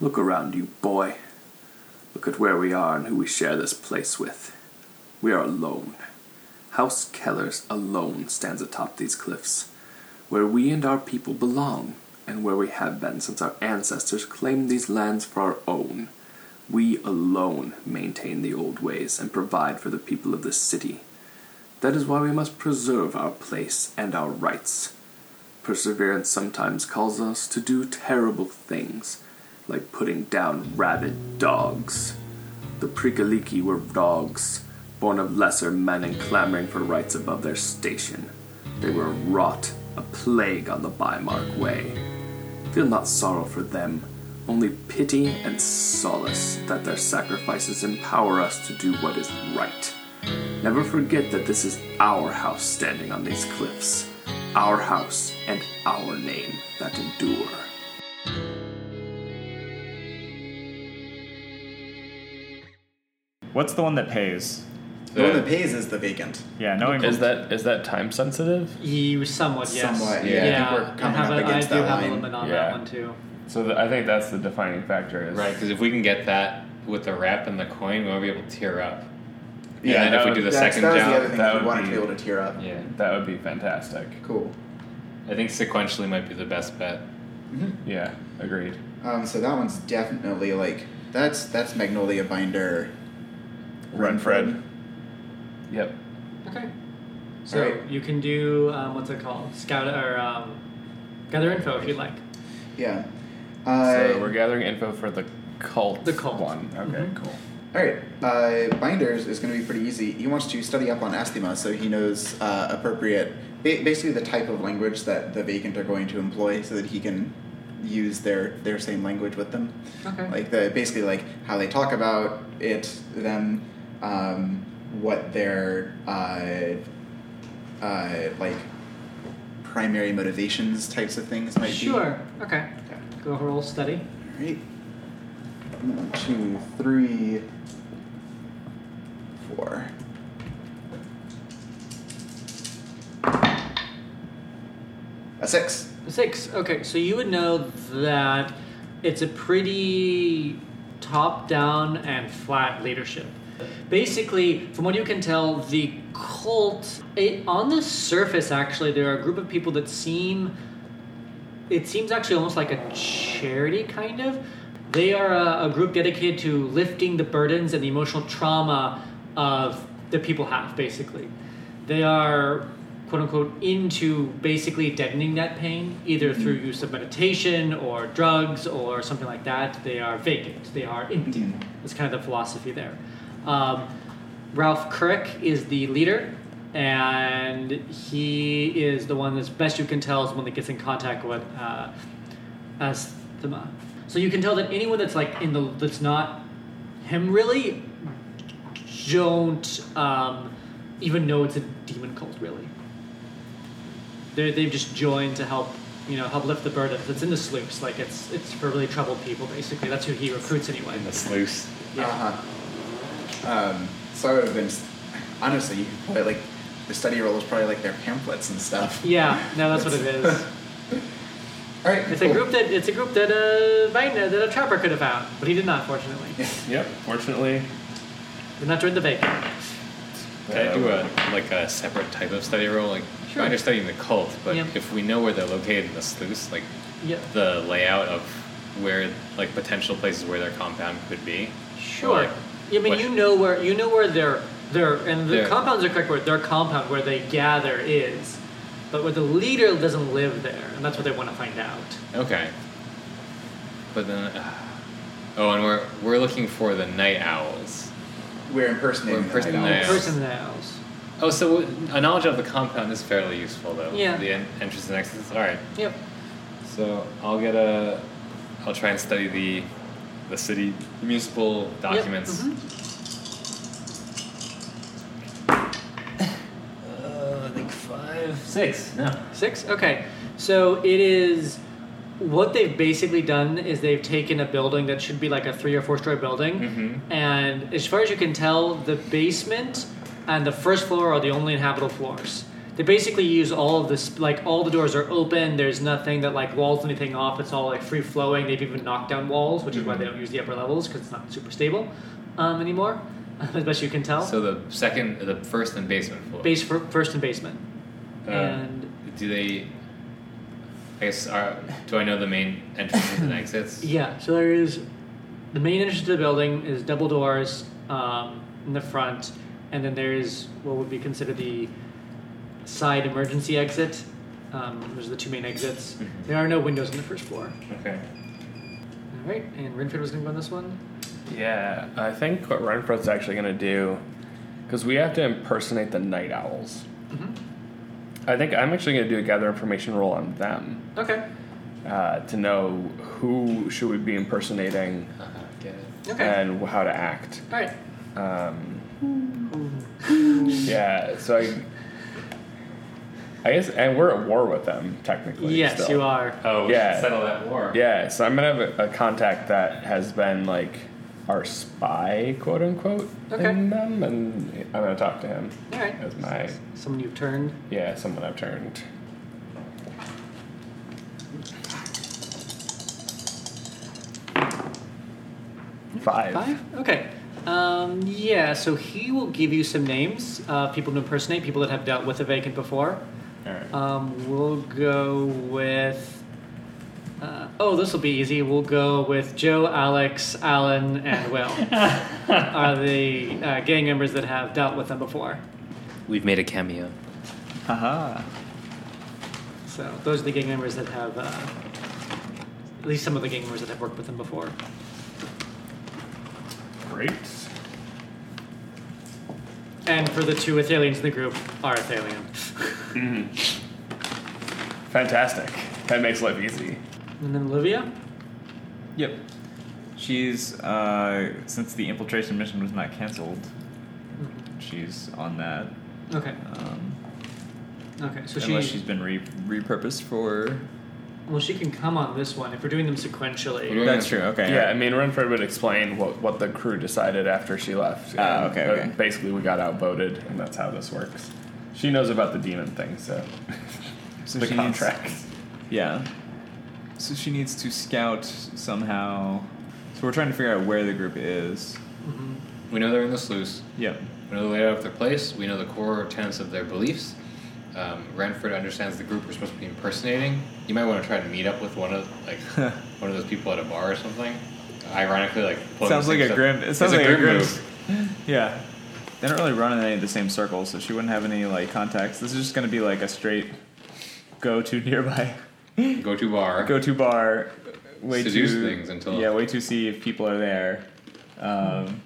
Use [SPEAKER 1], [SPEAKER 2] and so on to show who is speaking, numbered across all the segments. [SPEAKER 1] Look around you, boy. Look at where we are and who we share this place with. We are alone. House Keller's alone stands atop these cliffs, where we and our people belong, and where we have been since our ancestors claimed these lands for our own. We alone maintain the old ways and provide for the people of this city. That is why we must preserve our place and our rights. Perseverance sometimes calls us to do terrible things, like putting down rabid dogs. The Prikaliki were dogs, born of lesser men and clamoring for rights above their station. They were a rot, a plague on the Bymark Way. Feel not sorrow for them, only pity and solace that their sacrifices empower us to do what is right. Never forget that this is our house standing on these cliffs, our house and our name that endure.
[SPEAKER 2] What's the one that pays?
[SPEAKER 3] The one that pays is the vacant.
[SPEAKER 2] Yeah, knowing
[SPEAKER 4] Is that is that time sensitive?
[SPEAKER 5] He somewhat, yes.
[SPEAKER 3] Somewhat, yeah. I think we're coming
[SPEAKER 5] have
[SPEAKER 3] up
[SPEAKER 5] a-
[SPEAKER 3] against
[SPEAKER 5] I do
[SPEAKER 3] that
[SPEAKER 5] have a
[SPEAKER 3] line.
[SPEAKER 5] limit on
[SPEAKER 4] Yeah.
[SPEAKER 5] that one too.
[SPEAKER 4] So th I think that's the defining factor. Is
[SPEAKER 6] Right, because if we can get that with the wrap and the coin, we won't be able to tear up.
[SPEAKER 3] Yeah,
[SPEAKER 6] and then if we
[SPEAKER 4] that
[SPEAKER 6] do the
[SPEAKER 4] would-
[SPEAKER 3] That's-
[SPEAKER 6] second
[SPEAKER 3] that was
[SPEAKER 6] job,
[SPEAKER 3] the other thing.
[SPEAKER 4] that
[SPEAKER 3] we
[SPEAKER 4] would
[SPEAKER 3] wanted to
[SPEAKER 4] be-
[SPEAKER 3] be able to tear up.
[SPEAKER 6] yeah,
[SPEAKER 4] That would be fantastic.
[SPEAKER 3] Cool.
[SPEAKER 6] I think sequentially might be the best bet.
[SPEAKER 5] Mm-hmm.
[SPEAKER 4] Yeah, agreed.
[SPEAKER 3] Um, so that one's definitely like that's that's Magnolia Binder.
[SPEAKER 2] Renfred.
[SPEAKER 4] Yep.
[SPEAKER 5] Okay. So
[SPEAKER 3] Alright.
[SPEAKER 5] you can do um, what's it called? Scout or um, gather info if you'd like.
[SPEAKER 3] Yeah.
[SPEAKER 4] so
[SPEAKER 3] Uh,
[SPEAKER 4] we're gathering info for the cult.
[SPEAKER 5] The cult. Mm-hmm.
[SPEAKER 4] one. Okay, cool.
[SPEAKER 3] all right. Uh, Binders is going to be pretty easy. He wants to study up on asthma, so he knows uh, appropriate, ba- basically the type of language that the vacant are going to employ, so that he can use their their same language with them.
[SPEAKER 5] Okay.
[SPEAKER 3] like the basically like how they talk about it, them, um, what their uh, uh, like primary motivations types of things might
[SPEAKER 5] sure. Okay.
[SPEAKER 3] be. Sure.
[SPEAKER 5] Go for a roll study.
[SPEAKER 3] All right. One, two, three, four. A six.
[SPEAKER 5] Six. Okay, so you would know that it's a pretty top down and flat leadership. Basically, from what you can tell, the cult, it, on the surface, actually, there are a group of people that seem. It seems actually almost like a charity, kind of. They are a, a group dedicated to lifting the burdens and the emotional trauma of that people have, basically they are quote unquote into basically deadening that pain either through use of meditation or drugs or something like that they are vacant they are empty that's kind of the philosophy there um, ralph kirk is the leader and he is the one that's best you can tell is the one that gets in contact with uh, asthma so you can tell that anyone that's like in the that's not him really don't um, even know it's a demon cult really They're, they've just joined to help you know help lift the burden it's in the sloops like it's it's for really troubled people basically that's who he recruits anyway
[SPEAKER 6] And the sluice.
[SPEAKER 5] yeah
[SPEAKER 3] Uh-huh. Um, so I would have been, honestly, you could probably like the study roll is probably like their pamphlets and stuff.
[SPEAKER 5] yeah no that's what it is
[SPEAKER 3] All right,
[SPEAKER 5] it's a
[SPEAKER 3] cool.
[SPEAKER 5] group that it's a group that uh Vagna, that a trapper could have found but he did not fortunately
[SPEAKER 4] Yep. Fortunately,
[SPEAKER 5] did not join the vacant
[SPEAKER 6] Can I do a like a separate type of study roll? Like
[SPEAKER 5] Sure.
[SPEAKER 6] I understand the cult, but
[SPEAKER 5] Yeah.
[SPEAKER 6] if we know where they're located in the sluice, like
[SPEAKER 5] yeah
[SPEAKER 6] the layout of where like potential places where their compound could be.
[SPEAKER 5] Sure.
[SPEAKER 6] Like,
[SPEAKER 5] I mean,
[SPEAKER 6] what-
[SPEAKER 5] you know where you know where their their and the
[SPEAKER 6] Their-
[SPEAKER 5] compound's a correct word. Their compound where they gather is, but where the leader doesn't live there, and that's what they want to find out.
[SPEAKER 6] Okay. But then, uh, oh, and we're we're looking for the night owls.
[SPEAKER 3] We're impersonating.
[SPEAKER 6] We're
[SPEAKER 3] the night
[SPEAKER 6] impersonating
[SPEAKER 3] owls.
[SPEAKER 6] Yes.
[SPEAKER 5] Person nails.
[SPEAKER 6] Oh, so a knowledge of the compound is fairly useful, though.
[SPEAKER 5] Yeah.
[SPEAKER 6] The en- entrance and exits. All right.
[SPEAKER 5] Yep.
[SPEAKER 6] So I'll get a. I'll try and study the, the city municipal documents.
[SPEAKER 5] Yep. mhm.
[SPEAKER 6] Uh, I think five, six. No.
[SPEAKER 5] Six? Okay. So it is. What they've basically done is they've taken a building that should be like a three or four story building, and as far as you can tell, the basement and the first floor are the only inhabitable floors. They basically use all of this, like all the doors are open. There's nothing that like walls anything off. It's all like free flowing. They've even knocked down walls, which is why they don't use the upper levels because it's not super stable um, anymore, as best you can tell.
[SPEAKER 6] So the second, the first and basement floor.
[SPEAKER 5] Base fir- first and basement, and
[SPEAKER 6] do they? I guess are do I know the main entrances and exits?
[SPEAKER 5] Yeah, so there is the main entrance to the building is double doors um, in the front, and then there is what would be considered the side emergency exit. Um, those are the two main exits. There are no windows on the first floor.
[SPEAKER 4] Mm-hmm. Okay.
[SPEAKER 5] All right, and Renfred was going to go on this one.
[SPEAKER 4] Yeah, I think what Renfro's actually going to do, because we have to impersonate the night owls.
[SPEAKER 5] Mm-hmm.
[SPEAKER 4] I think I'm actually going to do a gather information roll on them
[SPEAKER 5] Okay.
[SPEAKER 4] uh, to know who should we be impersonating
[SPEAKER 6] Uh, get it.
[SPEAKER 5] Okay.
[SPEAKER 4] and how to act.
[SPEAKER 5] All right.
[SPEAKER 4] Um, yeah, so I, I guess, and we're at war with them technically.
[SPEAKER 5] Yes,
[SPEAKER 4] still.
[SPEAKER 5] you are.
[SPEAKER 6] Oh, we
[SPEAKER 4] Yeah.
[SPEAKER 6] should settle that war.
[SPEAKER 4] Yeah, so I'm gonna have a, a contact that has been like our spy, quote unquote,
[SPEAKER 5] Okay.
[SPEAKER 4] in them, and I'm gonna talk to him
[SPEAKER 5] All right.
[SPEAKER 4] as my
[SPEAKER 5] Someone you've turned.
[SPEAKER 4] yeah someone I've turned. Five.
[SPEAKER 5] Five? Okay. Um, yeah, so he will give you some names, uh, people to impersonate, people that have dealt with a vacant before.
[SPEAKER 4] Alright.
[SPEAKER 5] Um, we'll go with. Uh, oh, this will be easy. We'll go with Joe, Alex, Alan, and Will are the uh, gang members that have dealt with them before.
[SPEAKER 6] We've made a cameo.
[SPEAKER 2] Haha.
[SPEAKER 5] So those are the gang members that have, uh, at least some of the gang members that have worked with them before.
[SPEAKER 4] Great.
[SPEAKER 5] And for the two Athalians in the group, are Athalian.
[SPEAKER 4] Fantastic. That makes life easy.
[SPEAKER 5] and then Olivia?
[SPEAKER 2] Yep. She's uh, since the infiltration mission was not canceled, she's on that.
[SPEAKER 5] Mm-hmm. Okay.
[SPEAKER 2] Um,
[SPEAKER 5] Okay, so
[SPEAKER 2] unless
[SPEAKER 5] she
[SPEAKER 2] she's been re- repurposed for.
[SPEAKER 5] well, she can come on this one if we're doing them sequentially.
[SPEAKER 6] Yeah.
[SPEAKER 2] That's true. Okay.
[SPEAKER 4] Yeah, I mean, Renfred would explain what, what the crew decided after she left.
[SPEAKER 2] Ah,
[SPEAKER 4] And,
[SPEAKER 2] okay,
[SPEAKER 4] uh,
[SPEAKER 2] okay.
[SPEAKER 4] Basically, we got outvoted, and that's how this works. She knows about the demon thing, so,
[SPEAKER 2] So
[SPEAKER 4] the
[SPEAKER 2] she needs-
[SPEAKER 4] contract.
[SPEAKER 2] Yeah. So she needs to scout somehow. So we're trying to figure out where the group is.
[SPEAKER 6] We know they're in the sluice.
[SPEAKER 2] Yep.
[SPEAKER 6] We know the layout of their place. We know the core tenets of their beliefs. Um, Renford understands the group we're supposed to be impersonating. You might want to try to meet up with one of like one of those people at a bar or something. Ironically, like pulling
[SPEAKER 2] sounds
[SPEAKER 6] the same
[SPEAKER 2] like a
[SPEAKER 6] stuff-
[SPEAKER 2] grim. It
[SPEAKER 6] It's
[SPEAKER 2] sounds
[SPEAKER 6] a
[SPEAKER 2] like
[SPEAKER 6] grim
[SPEAKER 2] move. Yeah. They don't really run in any of the same circles, so she wouldn't have any like contacts. This is just gonna be like a straight go to nearby,
[SPEAKER 6] move. Go to bar.
[SPEAKER 2] go to bar. Way
[SPEAKER 6] Seduce
[SPEAKER 2] to
[SPEAKER 6] things until-
[SPEAKER 2] yeah, way to see if people are there. Um,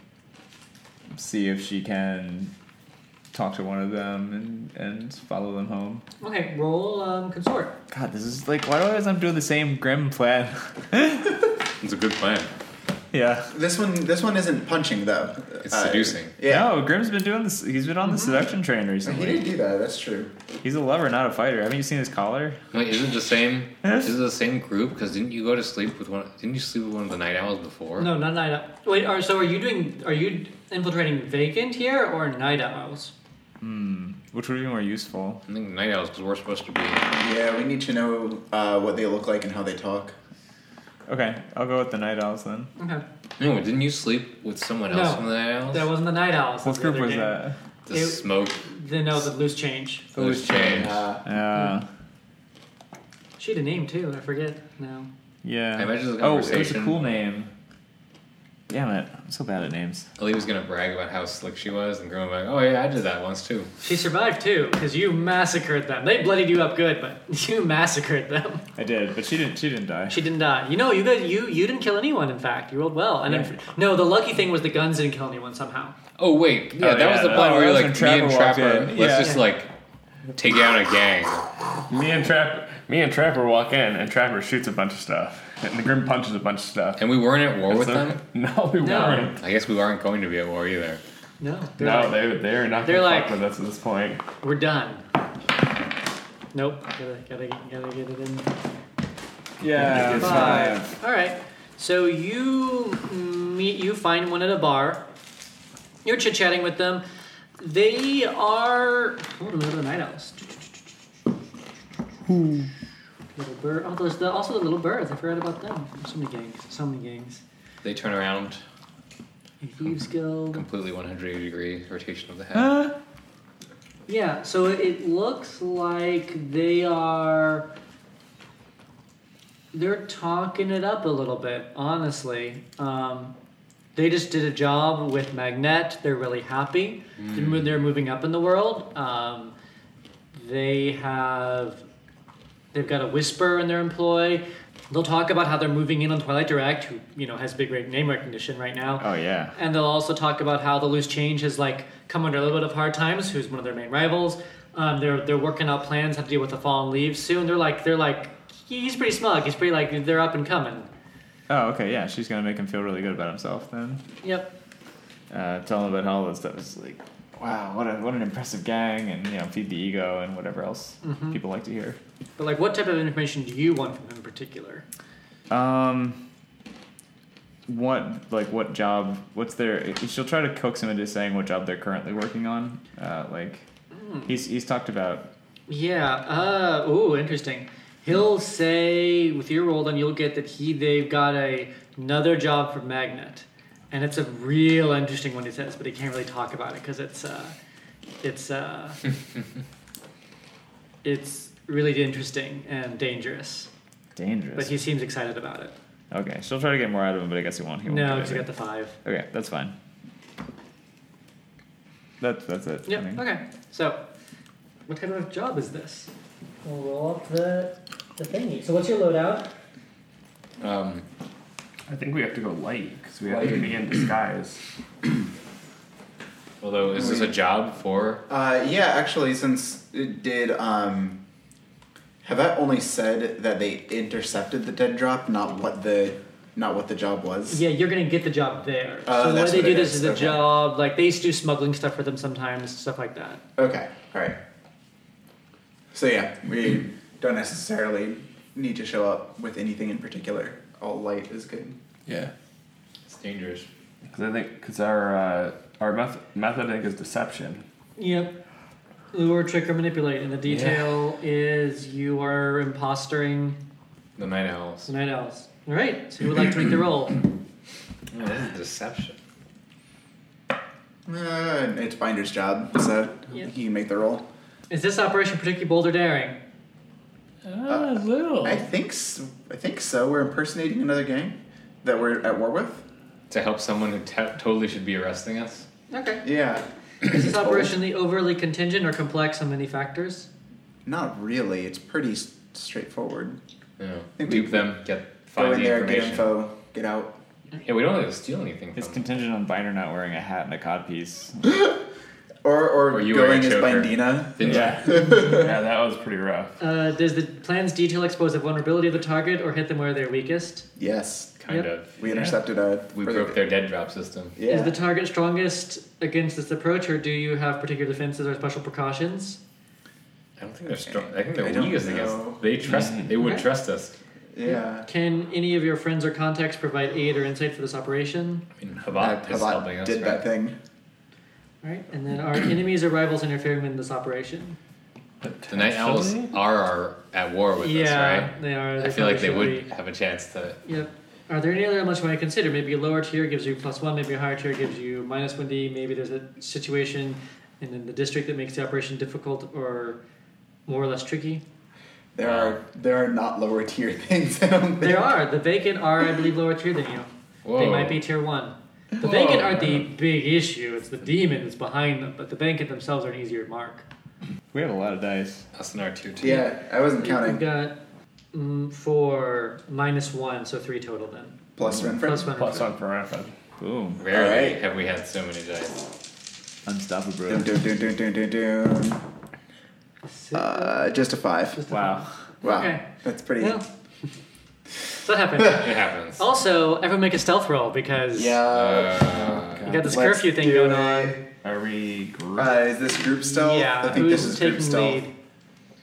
[SPEAKER 2] see if she can talk to one of them and and follow them home.
[SPEAKER 5] Okay, roll um, consort.
[SPEAKER 2] God, this is like why do I always I'm doing the same grim plan?
[SPEAKER 6] It's a good plan.
[SPEAKER 2] yeah.
[SPEAKER 3] This one, this one isn't punching though. Uh,
[SPEAKER 6] It's seducing.
[SPEAKER 3] Yeah,
[SPEAKER 2] No, Grim's been doing this. He's been on the seduction train
[SPEAKER 3] he
[SPEAKER 2] recently.
[SPEAKER 3] did do that. That's true.
[SPEAKER 2] He's a lover, not a fighter. Haven't you seen his collar?
[SPEAKER 6] Wait, is it the same? is it the same group? Because didn't you go to sleep with one? Didn't you sleep with one of the night owls before?
[SPEAKER 5] No, not night owl. Wait, are, so are you doing? Are you infiltrating vacant here or night owls?
[SPEAKER 2] Which would be more useful?
[SPEAKER 6] I think night owls because we're supposed to be.
[SPEAKER 3] Yeah, we need to know uh, what they look like and how they talk.
[SPEAKER 2] Okay, I'll go with the Night Owls then.
[SPEAKER 5] Okay,
[SPEAKER 6] No, didn't you sleep with someone
[SPEAKER 5] No.
[SPEAKER 6] else from the night owls?
[SPEAKER 5] that wasn't the night owls.
[SPEAKER 2] What
[SPEAKER 5] that's the
[SPEAKER 2] group
[SPEAKER 5] other
[SPEAKER 2] was
[SPEAKER 5] gang.
[SPEAKER 2] that?
[SPEAKER 6] the
[SPEAKER 5] It-
[SPEAKER 6] smoke.
[SPEAKER 5] The no, the loose change.
[SPEAKER 6] It was changed.
[SPEAKER 3] Uh,
[SPEAKER 2] Uh,
[SPEAKER 5] She had a name too. I forget now.
[SPEAKER 2] yeah.
[SPEAKER 6] I imagine it was a
[SPEAKER 2] oh, it was a
[SPEAKER 6] conversation.
[SPEAKER 2] cool name. Damn it, I'm so bad at names.
[SPEAKER 6] Ali was gonna brag about how slick she was, and Grim was like, "Oh yeah, I did that once too."
[SPEAKER 5] She survived too because you massacred them. They bloodied you up good, but you massacred them.
[SPEAKER 2] I did, but she didn't. She didn't die.
[SPEAKER 5] She didn't die. You know, you guys, you you didn't kill anyone. In fact, you rolled well. And
[SPEAKER 2] Yeah.
[SPEAKER 5] then, no, the lucky thing was the guns didn't kill anyone somehow.
[SPEAKER 6] Oh wait, yeah,
[SPEAKER 2] Oh,
[SPEAKER 6] that
[SPEAKER 2] yeah,
[SPEAKER 6] was the
[SPEAKER 2] that-
[SPEAKER 6] plan
[SPEAKER 2] oh,
[SPEAKER 6] where
[SPEAKER 2] that
[SPEAKER 6] you're
[SPEAKER 2] was
[SPEAKER 6] like,
[SPEAKER 2] when
[SPEAKER 6] me and
[SPEAKER 2] Trapper walked
[SPEAKER 6] Trapper,
[SPEAKER 2] in.
[SPEAKER 6] let's
[SPEAKER 2] Yeah.
[SPEAKER 6] just like take down a gang.
[SPEAKER 4] Me and Trapper, me and Trapper walk in, and Trapper shoots a bunch of stuff, and the Grim punches a bunch of stuff.
[SPEAKER 6] And we weren't at war
[SPEAKER 4] And
[SPEAKER 6] with
[SPEAKER 4] so-
[SPEAKER 6] them.
[SPEAKER 4] No, we
[SPEAKER 5] No.
[SPEAKER 4] weren't.
[SPEAKER 6] I guess we aren't going to be at war either.
[SPEAKER 5] No, they're
[SPEAKER 4] No,
[SPEAKER 5] like,
[SPEAKER 4] they they're not
[SPEAKER 5] They're
[SPEAKER 4] gonna
[SPEAKER 5] like-
[SPEAKER 4] fuck with us at this point.
[SPEAKER 5] We're done. Nope. Gotta, gotta, gotta get it in.
[SPEAKER 2] yeah,
[SPEAKER 5] All right. So you meet, you find one at a bar. You're chit chatting with them. They are. Hold on, remember the night owls. Little bird. Oh, there's the, also the little birds. I forgot about them. So many gangs. So many gangs.
[SPEAKER 6] They turn around
[SPEAKER 5] The Thieves Guild.
[SPEAKER 6] completely 180 degree rotation of the head.
[SPEAKER 2] Huh?
[SPEAKER 5] Yeah. So it- it looks like they are. They're talking it up a little bit. Honestly, um, they just did a job with Magnet. They're really happy. They're mo- They're moving up in the world. Um, they have They've got a whisper in their employ. They'll talk about how they're moving in on Twilight Direct, who you know has big rec- name recognition right now.
[SPEAKER 2] Oh yeah.
[SPEAKER 5] And they'll also talk about how the loose change has like come under a little bit of hard times. Who's one of their main rivals? Um, they're they're working out plans how to deal with the fallen leaves soon. They're like they're like he's pretty smug. He's pretty like they're up and coming.
[SPEAKER 2] Oh okay. Yeah, she's gonna make him feel really good about himself then.
[SPEAKER 5] Yep.
[SPEAKER 2] Uh, tell him about how all this stuff is like. Wow, what a, what an impressive gang, and you know feed the ego and whatever else
[SPEAKER 5] Mm-hmm.
[SPEAKER 2] people like to hear.
[SPEAKER 5] But like, what type of information do you want from him in particular?
[SPEAKER 2] Um, what like what job? What's their? She'll try to coax him into saying what job they're currently working on. Uh, like
[SPEAKER 5] Mm.
[SPEAKER 2] he's he's talked about.
[SPEAKER 5] Yeah. Uh, ooh, interesting. He'll say with your roll, then you'll get that he they've got a, another job for Magnet, and it's a real interesting one he says, but he can't really talk about it because it's uh, it's uh, it's really interesting and dangerous.
[SPEAKER 2] Dangerous.
[SPEAKER 5] But he seems excited about it.
[SPEAKER 2] okay, she'll try to get more out of him, but I guess he won't. He won't
[SPEAKER 5] no,
[SPEAKER 2] get
[SPEAKER 5] because he got
[SPEAKER 2] it.
[SPEAKER 5] the five.
[SPEAKER 2] Okay, that's fine. That's that's it. I
[SPEAKER 5] Yep.
[SPEAKER 2] think.
[SPEAKER 5] Okay. So, what kind of job is this? We'll roll up the the thingy. So, what's your loadout?
[SPEAKER 6] Um,
[SPEAKER 4] I think we have to go light because we have to be in disguise.
[SPEAKER 6] although, is this a job for?
[SPEAKER 3] Uh, yeah, actually, since it did um, have I only said that they intercepted the dead drop, not what the not what the job was.
[SPEAKER 5] Yeah, you're gonna get the job there.
[SPEAKER 3] Oh,
[SPEAKER 5] so
[SPEAKER 3] that's
[SPEAKER 5] what they
[SPEAKER 3] what
[SPEAKER 5] do
[SPEAKER 3] it
[SPEAKER 5] this
[SPEAKER 3] is,
[SPEAKER 5] is the
[SPEAKER 3] okay.
[SPEAKER 5] job. Like they used to do smuggling stuff for them sometimes, stuff like that.
[SPEAKER 3] Okay. All right. So yeah, we don't necessarily need to show up with anything in particular. All light is good.
[SPEAKER 4] Yeah.
[SPEAKER 6] It's dangerous.
[SPEAKER 4] Because I think because our uh, our meth- method I think, is deception.
[SPEAKER 5] Yep. Lure, trick, or manipulate, and the detail is you are impostering
[SPEAKER 6] The night owls.
[SPEAKER 5] night owls. All right. So you would like to make the roll?
[SPEAKER 6] Oh, this is deception.
[SPEAKER 3] Uh, it's Binder's job, so
[SPEAKER 5] Yeah.
[SPEAKER 3] he can make the roll.
[SPEAKER 5] Is this operation particularly bold or daring?
[SPEAKER 2] Ah, little.
[SPEAKER 3] I think s I think so. We're impersonating another gang that we're at war with.
[SPEAKER 6] To help someone who te- totally should be arresting us.
[SPEAKER 5] Okay.
[SPEAKER 3] Yeah.
[SPEAKER 5] Is this operation the overly contingent or complex on many factors?
[SPEAKER 3] Not really. It's pretty s- straightforward.
[SPEAKER 6] You know,
[SPEAKER 3] Think we-
[SPEAKER 6] dupe them. Get find
[SPEAKER 3] Go in
[SPEAKER 6] the
[SPEAKER 3] there, get
[SPEAKER 6] information.
[SPEAKER 3] info, get out.
[SPEAKER 6] Yeah, we don't have to steal anything.
[SPEAKER 2] It's
[SPEAKER 6] From them.
[SPEAKER 2] contingent on Binder not wearing a hat and a codpiece.
[SPEAKER 3] Or or,
[SPEAKER 6] Or you wear a
[SPEAKER 3] going as
[SPEAKER 6] choker.
[SPEAKER 3] Bindina.
[SPEAKER 6] Didn't
[SPEAKER 4] Yeah. yeah, that was pretty rough.
[SPEAKER 5] Uh, does the plan's detail expose the vulnerability of the target or hit them where they're weakest?
[SPEAKER 3] Yes.
[SPEAKER 6] Kind
[SPEAKER 5] Yep.
[SPEAKER 6] of.
[SPEAKER 3] We
[SPEAKER 6] Yeah.
[SPEAKER 3] intercepted a.
[SPEAKER 6] We broke their dead drop system.
[SPEAKER 3] Yeah.
[SPEAKER 5] Is the target strongest against this approach, or do you have particular defenses or special precautions?
[SPEAKER 6] I don't think they're strong. I think they're
[SPEAKER 3] I don't
[SPEAKER 6] weakest against.
[SPEAKER 3] know. Mm-hmm.
[SPEAKER 6] They trust. They would
[SPEAKER 5] Okay.
[SPEAKER 6] trust us.
[SPEAKER 3] yeah.
[SPEAKER 5] Can any of your friends or contacts provide aid or insight for this operation?
[SPEAKER 6] I mean,
[SPEAKER 3] That
[SPEAKER 6] Havat is
[SPEAKER 3] Uh, Havat
[SPEAKER 6] helping us.
[SPEAKER 3] did
[SPEAKER 6] right?
[SPEAKER 3] that thing.
[SPEAKER 5] All right, and then are enemies or rivals interfering in this operation?
[SPEAKER 6] The night owls
[SPEAKER 4] Potentially?
[SPEAKER 6] are, are at war with
[SPEAKER 5] yeah,
[SPEAKER 6] us, right?
[SPEAKER 5] they are.
[SPEAKER 6] I feel like they
[SPEAKER 5] probably
[SPEAKER 6] would
[SPEAKER 5] should
[SPEAKER 6] have a chance to.
[SPEAKER 5] be. Yep. Are there any other elements you might consider? Maybe a lower tier gives you plus one. Maybe a higher tier gives you minus one D. Maybe there's a situation and in the district that makes the operation difficult or more or less tricky.
[SPEAKER 3] There are there are not lower tier things. I don't think.
[SPEAKER 5] There are. The vacant are, I believe, lower tier than you.
[SPEAKER 6] Whoa.
[SPEAKER 5] They might be tier one. The
[SPEAKER 6] Whoa.
[SPEAKER 5] vacant aren't the big issue. It's the demon that's behind them, but the vacant themselves are an easier mark.
[SPEAKER 2] we have a lot of dice.
[SPEAKER 6] Us and our tier two.
[SPEAKER 3] Yeah, I wasn't
[SPEAKER 5] We've
[SPEAKER 3] counting.
[SPEAKER 5] got mm, four minus one, so three total then.
[SPEAKER 3] Plus Renfred.
[SPEAKER 5] Plus one.
[SPEAKER 4] Plus one for Renfred.
[SPEAKER 2] Boom.
[SPEAKER 6] Rarely
[SPEAKER 3] Alright.
[SPEAKER 6] have we had so many dice.
[SPEAKER 2] Unstoppable.
[SPEAKER 3] Dun,
[SPEAKER 2] bro.
[SPEAKER 3] dun, dun, dun, dun, dun, dun.
[SPEAKER 5] Six.
[SPEAKER 3] Uh, just a five.
[SPEAKER 5] Just a
[SPEAKER 2] Wow.
[SPEAKER 3] Wow,
[SPEAKER 5] Okay.
[SPEAKER 3] that's pretty.
[SPEAKER 5] Yeah. so that happened.
[SPEAKER 6] It happens.
[SPEAKER 3] Oh.
[SPEAKER 5] Also, everyone make a stealth roll because
[SPEAKER 3] Yeah.
[SPEAKER 6] Uh,
[SPEAKER 5] you got this
[SPEAKER 3] Let's
[SPEAKER 5] curfew thing
[SPEAKER 3] do
[SPEAKER 5] going
[SPEAKER 3] it.
[SPEAKER 5] on.
[SPEAKER 4] Are we group?
[SPEAKER 3] Uh, is this group stealth?
[SPEAKER 5] Yeah,
[SPEAKER 3] I think
[SPEAKER 5] who's
[SPEAKER 3] this is
[SPEAKER 5] taking
[SPEAKER 3] group stealth.
[SPEAKER 5] lead?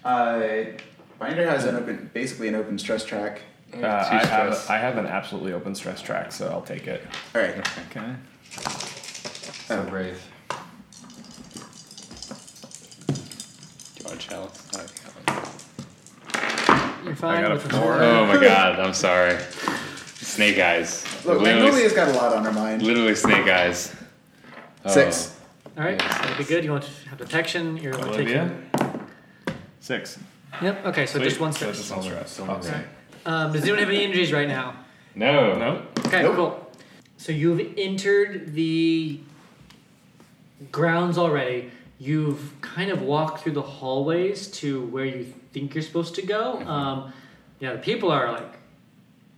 [SPEAKER 3] Uh, Binder has an open, basically an open stress track.
[SPEAKER 4] Uh, I, have,
[SPEAKER 6] stress.
[SPEAKER 4] I have an absolutely open stress track, so I'll take it.
[SPEAKER 3] All right.
[SPEAKER 2] Okay.
[SPEAKER 6] so brave. Do you want a chalice? No, I think I want
[SPEAKER 5] You're fine
[SPEAKER 4] got a
[SPEAKER 5] with the
[SPEAKER 4] four.
[SPEAKER 5] sword.
[SPEAKER 6] Oh my god, I'm sorry. Snake eyes.
[SPEAKER 3] Look,
[SPEAKER 6] literally,
[SPEAKER 3] Magnolia's got a lot on her mind.
[SPEAKER 6] literally snake eyes. Oh.
[SPEAKER 3] Six.
[SPEAKER 5] All right, that'd be good. You want to have detection? You're going to take
[SPEAKER 4] Olivia?
[SPEAKER 5] it.
[SPEAKER 2] Six. Oh,
[SPEAKER 5] Yep. Okay, so just one stress.
[SPEAKER 4] Just one stress. Okay.
[SPEAKER 5] Um, does anyone have any injuries right now?
[SPEAKER 6] No.
[SPEAKER 4] No.
[SPEAKER 5] Okay,
[SPEAKER 3] Nope.
[SPEAKER 5] cool. So you've entered the grounds already. You've kind of walked through the hallways to where you think you're supposed to go. Um, yeah, the people are like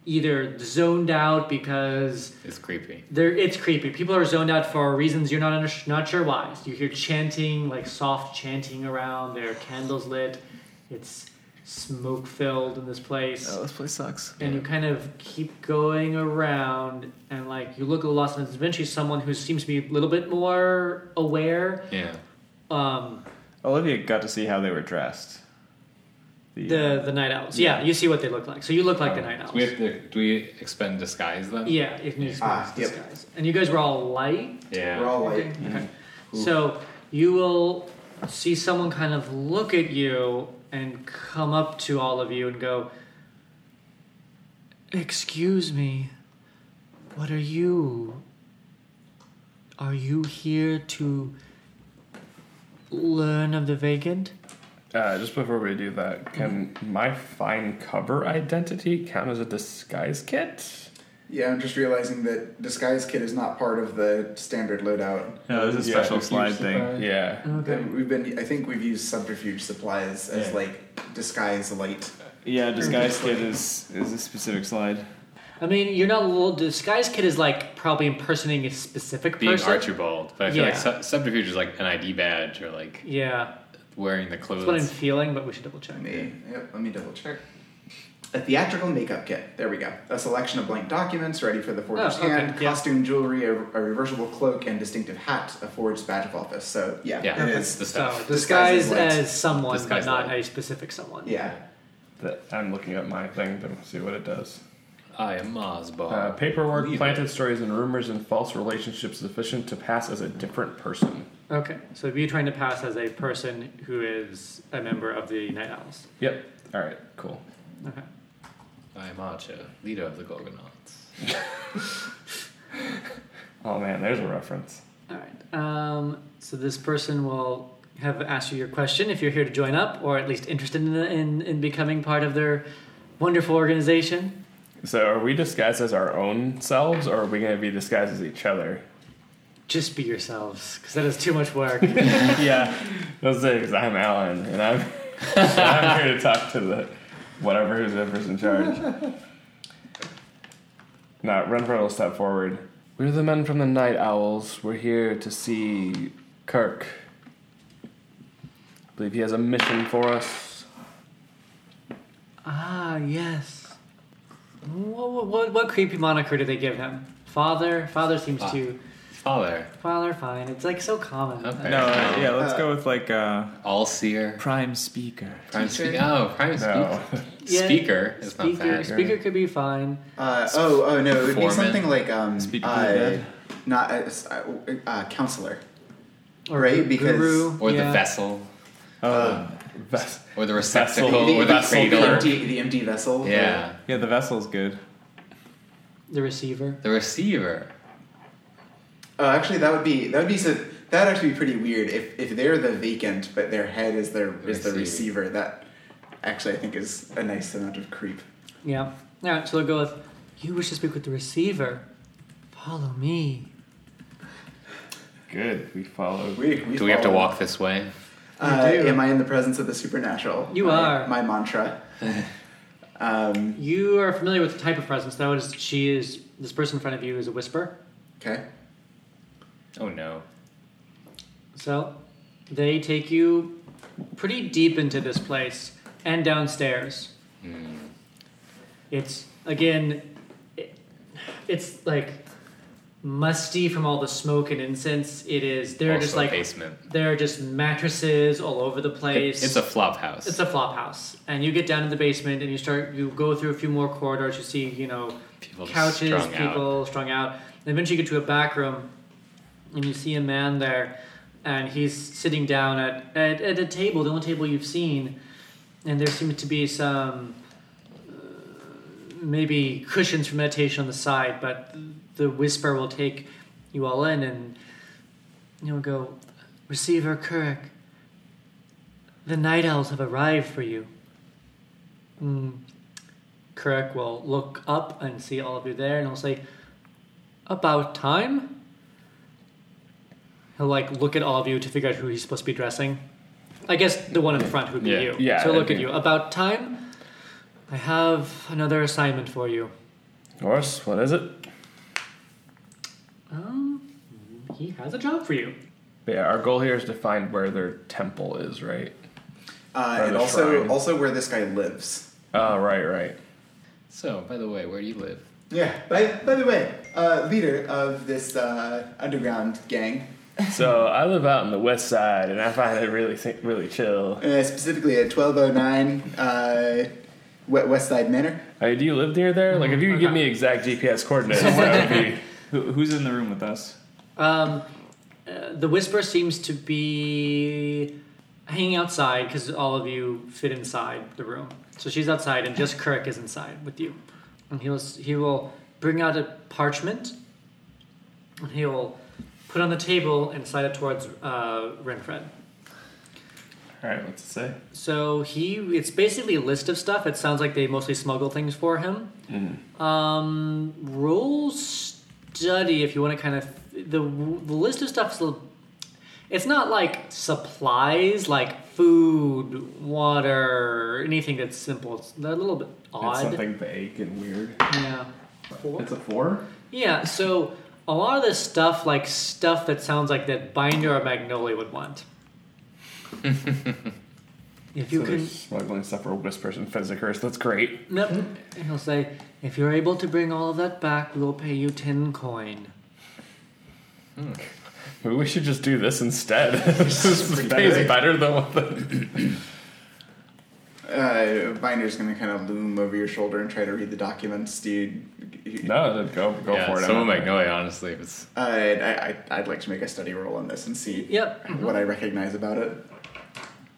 [SPEAKER 5] either zoned out because
[SPEAKER 6] It's creepy.
[SPEAKER 5] they're it's creepy. People are zoned out for reasons you're not under, not sure why. You hear chanting, like soft chanting around. There are candles lit. It's smoke filled in this place
[SPEAKER 2] oh,
[SPEAKER 1] this place sucks.
[SPEAKER 5] and you kind of keep going around and like you look at the lost and it's eventually someone who seems to be a little bit more aware
[SPEAKER 6] Yeah.
[SPEAKER 5] um
[SPEAKER 2] Olivia got to see how they were dressed. The,
[SPEAKER 4] uh,
[SPEAKER 5] the the night owls yeah, you see what they look like so you look
[SPEAKER 3] Oh,
[SPEAKER 5] like the night owls
[SPEAKER 6] Do we, have to, do we expend disguise then?
[SPEAKER 5] yeah if you
[SPEAKER 3] Ah, yep.
[SPEAKER 5] disguise and you guys were all light
[SPEAKER 6] Yeah.
[SPEAKER 3] We're all
[SPEAKER 5] Okay.
[SPEAKER 3] like,
[SPEAKER 5] Okay. So you will see someone kind of look at you and come up to all of you and go, Excuse me, what are you? Are you here to learn of the vacant?
[SPEAKER 4] Uh, just before we do that, can my fine cover identity count as a disguise kit?
[SPEAKER 3] yeah, I'm just realizing that disguise kit is not part of the standard loadout.
[SPEAKER 2] no, this is a
[SPEAKER 4] Yeah,
[SPEAKER 2] special
[SPEAKER 4] if you
[SPEAKER 2] slide
[SPEAKER 4] supply-
[SPEAKER 2] thing.
[SPEAKER 4] Yeah.
[SPEAKER 5] Okay.
[SPEAKER 3] We've been, I think we've used subterfuge supplies as
[SPEAKER 6] Yeah.
[SPEAKER 3] like disguise light.
[SPEAKER 2] Yeah, disguise kit is is a specific slide.
[SPEAKER 5] I mean, you're not a little disguise kid is like probably impersonating a specific
[SPEAKER 6] Being
[SPEAKER 5] person.
[SPEAKER 6] Archibald, but I feel
[SPEAKER 5] Yeah.
[SPEAKER 6] like sub- subterfuge is like an ID badge or like
[SPEAKER 5] Yeah,
[SPEAKER 6] wearing the
[SPEAKER 5] that's what I'm
[SPEAKER 6] clothes.
[SPEAKER 5] feeling, but we should double check.
[SPEAKER 3] Let me, yep, let me double check. A theatrical makeup kit. There we go. A selection of blank documents ready for the forger's
[SPEAKER 5] Oh, okay,
[SPEAKER 3] hand,
[SPEAKER 5] yeah.
[SPEAKER 3] costume, jewelry, a, a reversible cloak, and distinctive hat, a forged badge of office. So, yeah,
[SPEAKER 6] Yeah,
[SPEAKER 3] it
[SPEAKER 6] okay.
[SPEAKER 3] is.
[SPEAKER 6] The
[SPEAKER 5] So
[SPEAKER 6] stuff.
[SPEAKER 3] Disguise
[SPEAKER 5] Uh, disguised
[SPEAKER 3] as light.
[SPEAKER 5] as someone,
[SPEAKER 6] Disguised
[SPEAKER 5] but not
[SPEAKER 6] light.
[SPEAKER 5] a specific someone.
[SPEAKER 3] Yeah.
[SPEAKER 4] That I'm looking at my thing to see what it does.
[SPEAKER 6] I am Mozbar.
[SPEAKER 4] Uh, paperwork,
[SPEAKER 6] Leave
[SPEAKER 4] planted stories, and rumors and false relationships sufficient to pass as a different person.
[SPEAKER 5] Okay, so if you're trying to pass as a person who is a member of the Night Owls.
[SPEAKER 4] Yep. All right. Cool.
[SPEAKER 5] Okay.
[SPEAKER 6] I am Archer, leader of the Gorgonauts.
[SPEAKER 4] Oh man, there's a reference.
[SPEAKER 5] All right. Um, so this person will have asked you your question if you're here to join up or at least interested in, in, in becoming part of their wonderful organization.
[SPEAKER 4] So, are we disguised as our own selves, or are we going to be disguised as each other?
[SPEAKER 5] Just be yourselves, because that is too much work.
[SPEAKER 4] yeah, those things. I'm Alan, and I'm I'm here to talk to the whatever whoever's in charge. now, Renfro will step forward. We're the men from the Night Owls. We're here to see Kirk. I believe he has a mission for us.
[SPEAKER 5] ah, yes. What, what, what creepy moniker do they give him? Father? Father seems
[SPEAKER 6] Fa-
[SPEAKER 5] to.
[SPEAKER 6] Father,
[SPEAKER 5] Father, fine. It's like so common.
[SPEAKER 6] Okay.
[SPEAKER 2] No, uh, yeah, let's go with like uh,
[SPEAKER 6] all seer,
[SPEAKER 2] prime speaker.
[SPEAKER 6] prime speaker. Oh, prime
[SPEAKER 4] No.
[SPEAKER 6] speaker.
[SPEAKER 5] Yeah,
[SPEAKER 6] Speaker is not
[SPEAKER 5] Speaker,
[SPEAKER 6] bad.
[SPEAKER 5] speaker could be fine.
[SPEAKER 3] Uh, oh, oh no! It would be
[SPEAKER 6] Foreman.
[SPEAKER 3] something like um,
[SPEAKER 2] Speak of the
[SPEAKER 3] uh,
[SPEAKER 2] dead.
[SPEAKER 3] not uh, s- uh, uh, counselor.
[SPEAKER 5] Or
[SPEAKER 3] Right,
[SPEAKER 5] gu-
[SPEAKER 3] because-
[SPEAKER 5] guru.
[SPEAKER 6] Or
[SPEAKER 5] yeah.
[SPEAKER 6] the vessel,
[SPEAKER 2] Oh.
[SPEAKER 4] Ves-
[SPEAKER 6] or the
[SPEAKER 4] Vessel.
[SPEAKER 6] receptacle, Oh, or the
[SPEAKER 4] Vessel.
[SPEAKER 3] the
[SPEAKER 6] cradle.
[SPEAKER 3] empty, the empty vessel.
[SPEAKER 6] Yeah,
[SPEAKER 2] Yeah, the vessel's good.
[SPEAKER 5] The receiver.
[SPEAKER 6] the receiver.
[SPEAKER 3] Uh, actually, that would be that would be so that would actually be pretty weird if if they're the vacant, but their head is their is the
[SPEAKER 6] Receiver.
[SPEAKER 3] receiver. That actually I think is a nice amount of creep.
[SPEAKER 5] Yeah. All right, so we'll go with you wish to speak with the receiver. Follow me.
[SPEAKER 4] Good. We follow.
[SPEAKER 3] We, we
[SPEAKER 6] Do we have to
[SPEAKER 3] follow-
[SPEAKER 6] walk this way?
[SPEAKER 3] Uh,
[SPEAKER 5] You do.
[SPEAKER 3] Am I in the presence of the supernatural?
[SPEAKER 5] You
[SPEAKER 3] My-
[SPEAKER 5] are.
[SPEAKER 3] my mantra. um,
[SPEAKER 5] You are familiar with the type of presence. That is, she is this person in front of you is a whisper.
[SPEAKER 3] okay.
[SPEAKER 6] Oh no.
[SPEAKER 5] So they take you pretty deep into this place and downstairs.
[SPEAKER 6] Hmm.
[SPEAKER 5] It's again, it, it's like musty from all the smoke and incense. It is. They're
[SPEAKER 6] also
[SPEAKER 5] just
[SPEAKER 6] a
[SPEAKER 5] like
[SPEAKER 6] basement.
[SPEAKER 5] there are just mattresses all over the
[SPEAKER 6] It-
[SPEAKER 5] place.
[SPEAKER 6] it's a flop house.
[SPEAKER 5] It's a flop house, and you get down to the basement, and you start. You go through a few more corridors. You see, you know,
[SPEAKER 6] People
[SPEAKER 5] couches,
[SPEAKER 6] strung out.
[SPEAKER 5] people strung out. And eventually, you get to a back room, and you see a man there, and he's sitting down at at, at a table, the only table you've seen, and there seems to be some uh, maybe cushions for meditation on the side, but the whisper will take you all in and you'll go, Receiver Kurik, the night owls have arrived for you. Mm. Kurik will look up and see all of you there and he'll say, About time? He'll like look at all of you to figure out who he's supposed to be dressing. I guess the one in front would be
[SPEAKER 4] Yeah.
[SPEAKER 5] you.
[SPEAKER 4] Yeah,
[SPEAKER 5] So he'll look
[SPEAKER 4] that'd
[SPEAKER 5] at
[SPEAKER 4] be-
[SPEAKER 5] you. About time? I have another assignment for you.
[SPEAKER 4] Norris, what is it?
[SPEAKER 5] Um, he has a job for you.
[SPEAKER 4] Yeah, our goal here is to find where their temple is, right?
[SPEAKER 3] Uh,
[SPEAKER 4] Or
[SPEAKER 3] and
[SPEAKER 4] the
[SPEAKER 3] also,
[SPEAKER 4] shrine.
[SPEAKER 3] also where this guy lives.
[SPEAKER 4] Oh, right, right.
[SPEAKER 6] So, by the way, where do you live?
[SPEAKER 3] Yeah. By, by the way, uh, leader of this uh, underground gang,
[SPEAKER 4] So I live out in the west side, and I find it really, thi- really chill.
[SPEAKER 3] uh, specifically at 1209 uh, Wet- West Side Manor.
[SPEAKER 4] Hey, do you live near there? Like, if you could give me exact GPS coordinates, that would be.
[SPEAKER 2] Who, who's in the room with us?
[SPEAKER 5] Um, uh, the whisper seems to be hanging outside because all of you fit inside the room. So she's outside, and just Kirk is inside with you. And he'll he will bring out a parchment, and he'll put it on the table and slide it towards uh, Renfred.
[SPEAKER 2] All right, what's it say?
[SPEAKER 5] So he, it's basically a list of stuff. It sounds like they mostly smuggle things for him.
[SPEAKER 4] Mm-hmm.
[SPEAKER 5] Um, roll study if you want to kind of the the list of stuff's. a little- It's not like supplies, like food, water, anything that's simple. It's a little bit odd.
[SPEAKER 2] It's something vague and weird.
[SPEAKER 5] yeah. Four?
[SPEAKER 2] It's a four.
[SPEAKER 5] Yeah. So a lot of this stuff, like stuff that sounds like that Binder or Magnolia would want. if you
[SPEAKER 4] So
[SPEAKER 5] can
[SPEAKER 4] there's smuggling stuff for whispers and physicers. That's great.
[SPEAKER 5] Nope. Hmm? And he'll say, if you're able to bring all of that back, we'll pay you 10 coin.
[SPEAKER 4] Maybe we should just do this instead. this is pays better than what the.
[SPEAKER 3] Uh, Binder's gonna kind of loom over your shoulder and try to read the documents, dude.
[SPEAKER 4] No, then go go
[SPEAKER 6] yeah,
[SPEAKER 4] for it.
[SPEAKER 6] Someone
[SPEAKER 4] I'm not-
[SPEAKER 6] Magnolia, honestly. if It's,
[SPEAKER 3] Uh, I'd, I, I'd like to make a study roll on this and see
[SPEAKER 5] Yep.
[SPEAKER 3] what I recognize about it.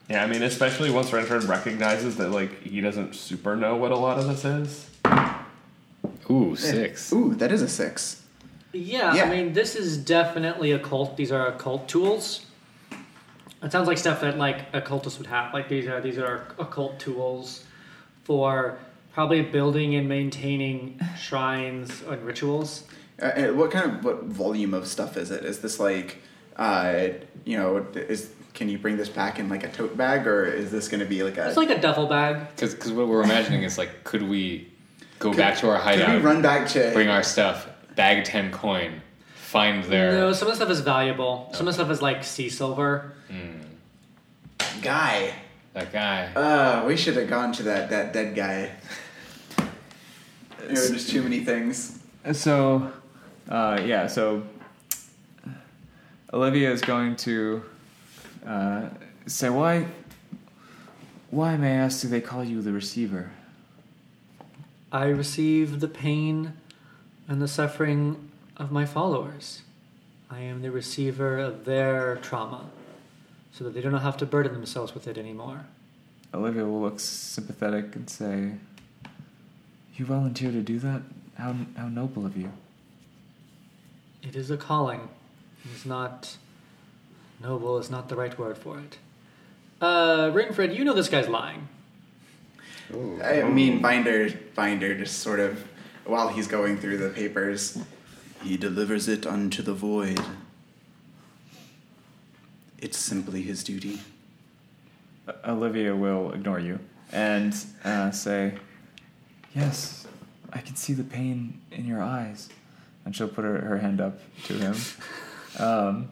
[SPEAKER 4] Yeah, I mean, especially once Renfred recognizes that like he doesn't super know what a lot of this is.
[SPEAKER 6] ooh, six.
[SPEAKER 3] Ooh, that is a six.
[SPEAKER 5] Yeah,
[SPEAKER 3] Yeah.
[SPEAKER 5] I mean, this is definitely occult. These are occult tools. It sounds like stuff that like occultists would have. Like these are these are occult tools for probably building and maintaining shrines and rituals.
[SPEAKER 3] Uh, and what kind of what volume of stuff is it? Is this like, uh, you know, is can you bring this back in like a tote bag, or is this gonna be like a?
[SPEAKER 5] It's like a duffel bag.
[SPEAKER 6] Because what we're imagining is like, could we go
[SPEAKER 3] Could-
[SPEAKER 6] back to our
[SPEAKER 3] could we
[SPEAKER 6] hideout,
[SPEAKER 3] run back to?
[SPEAKER 6] bring our stuff, bag ten coin, find their
[SPEAKER 5] No, some of the stuff is valuable. Some of the stuff is like sea silver.
[SPEAKER 3] guy.
[SPEAKER 6] that guy?
[SPEAKER 3] Uh, we should have gone to that that dead guy. there were just too many things.
[SPEAKER 2] So, uh, yeah, so Olivia is going to uh, say, why, why, may I ask, do they call you the receiver?
[SPEAKER 5] I receive the pain and the suffering of my followers. I am the receiver of their trauma so that they do not have to burden themselves with it anymore.
[SPEAKER 2] Olivia will look sympathetic and say, you volunteer to do that? How, how noble of you.
[SPEAKER 5] It is a calling. It's not. Noble is not the right word for it. Uh, Ringfred, you know this guy's lying.
[SPEAKER 3] I mean, Binder, Binder just sort of, while he's going through the papers, he delivers it unto the void. It's simply his duty.
[SPEAKER 2] Olivia will ignore you and uh, say, Yes, I can see the pain in your eyes. And she'll put her, her hand up to him um,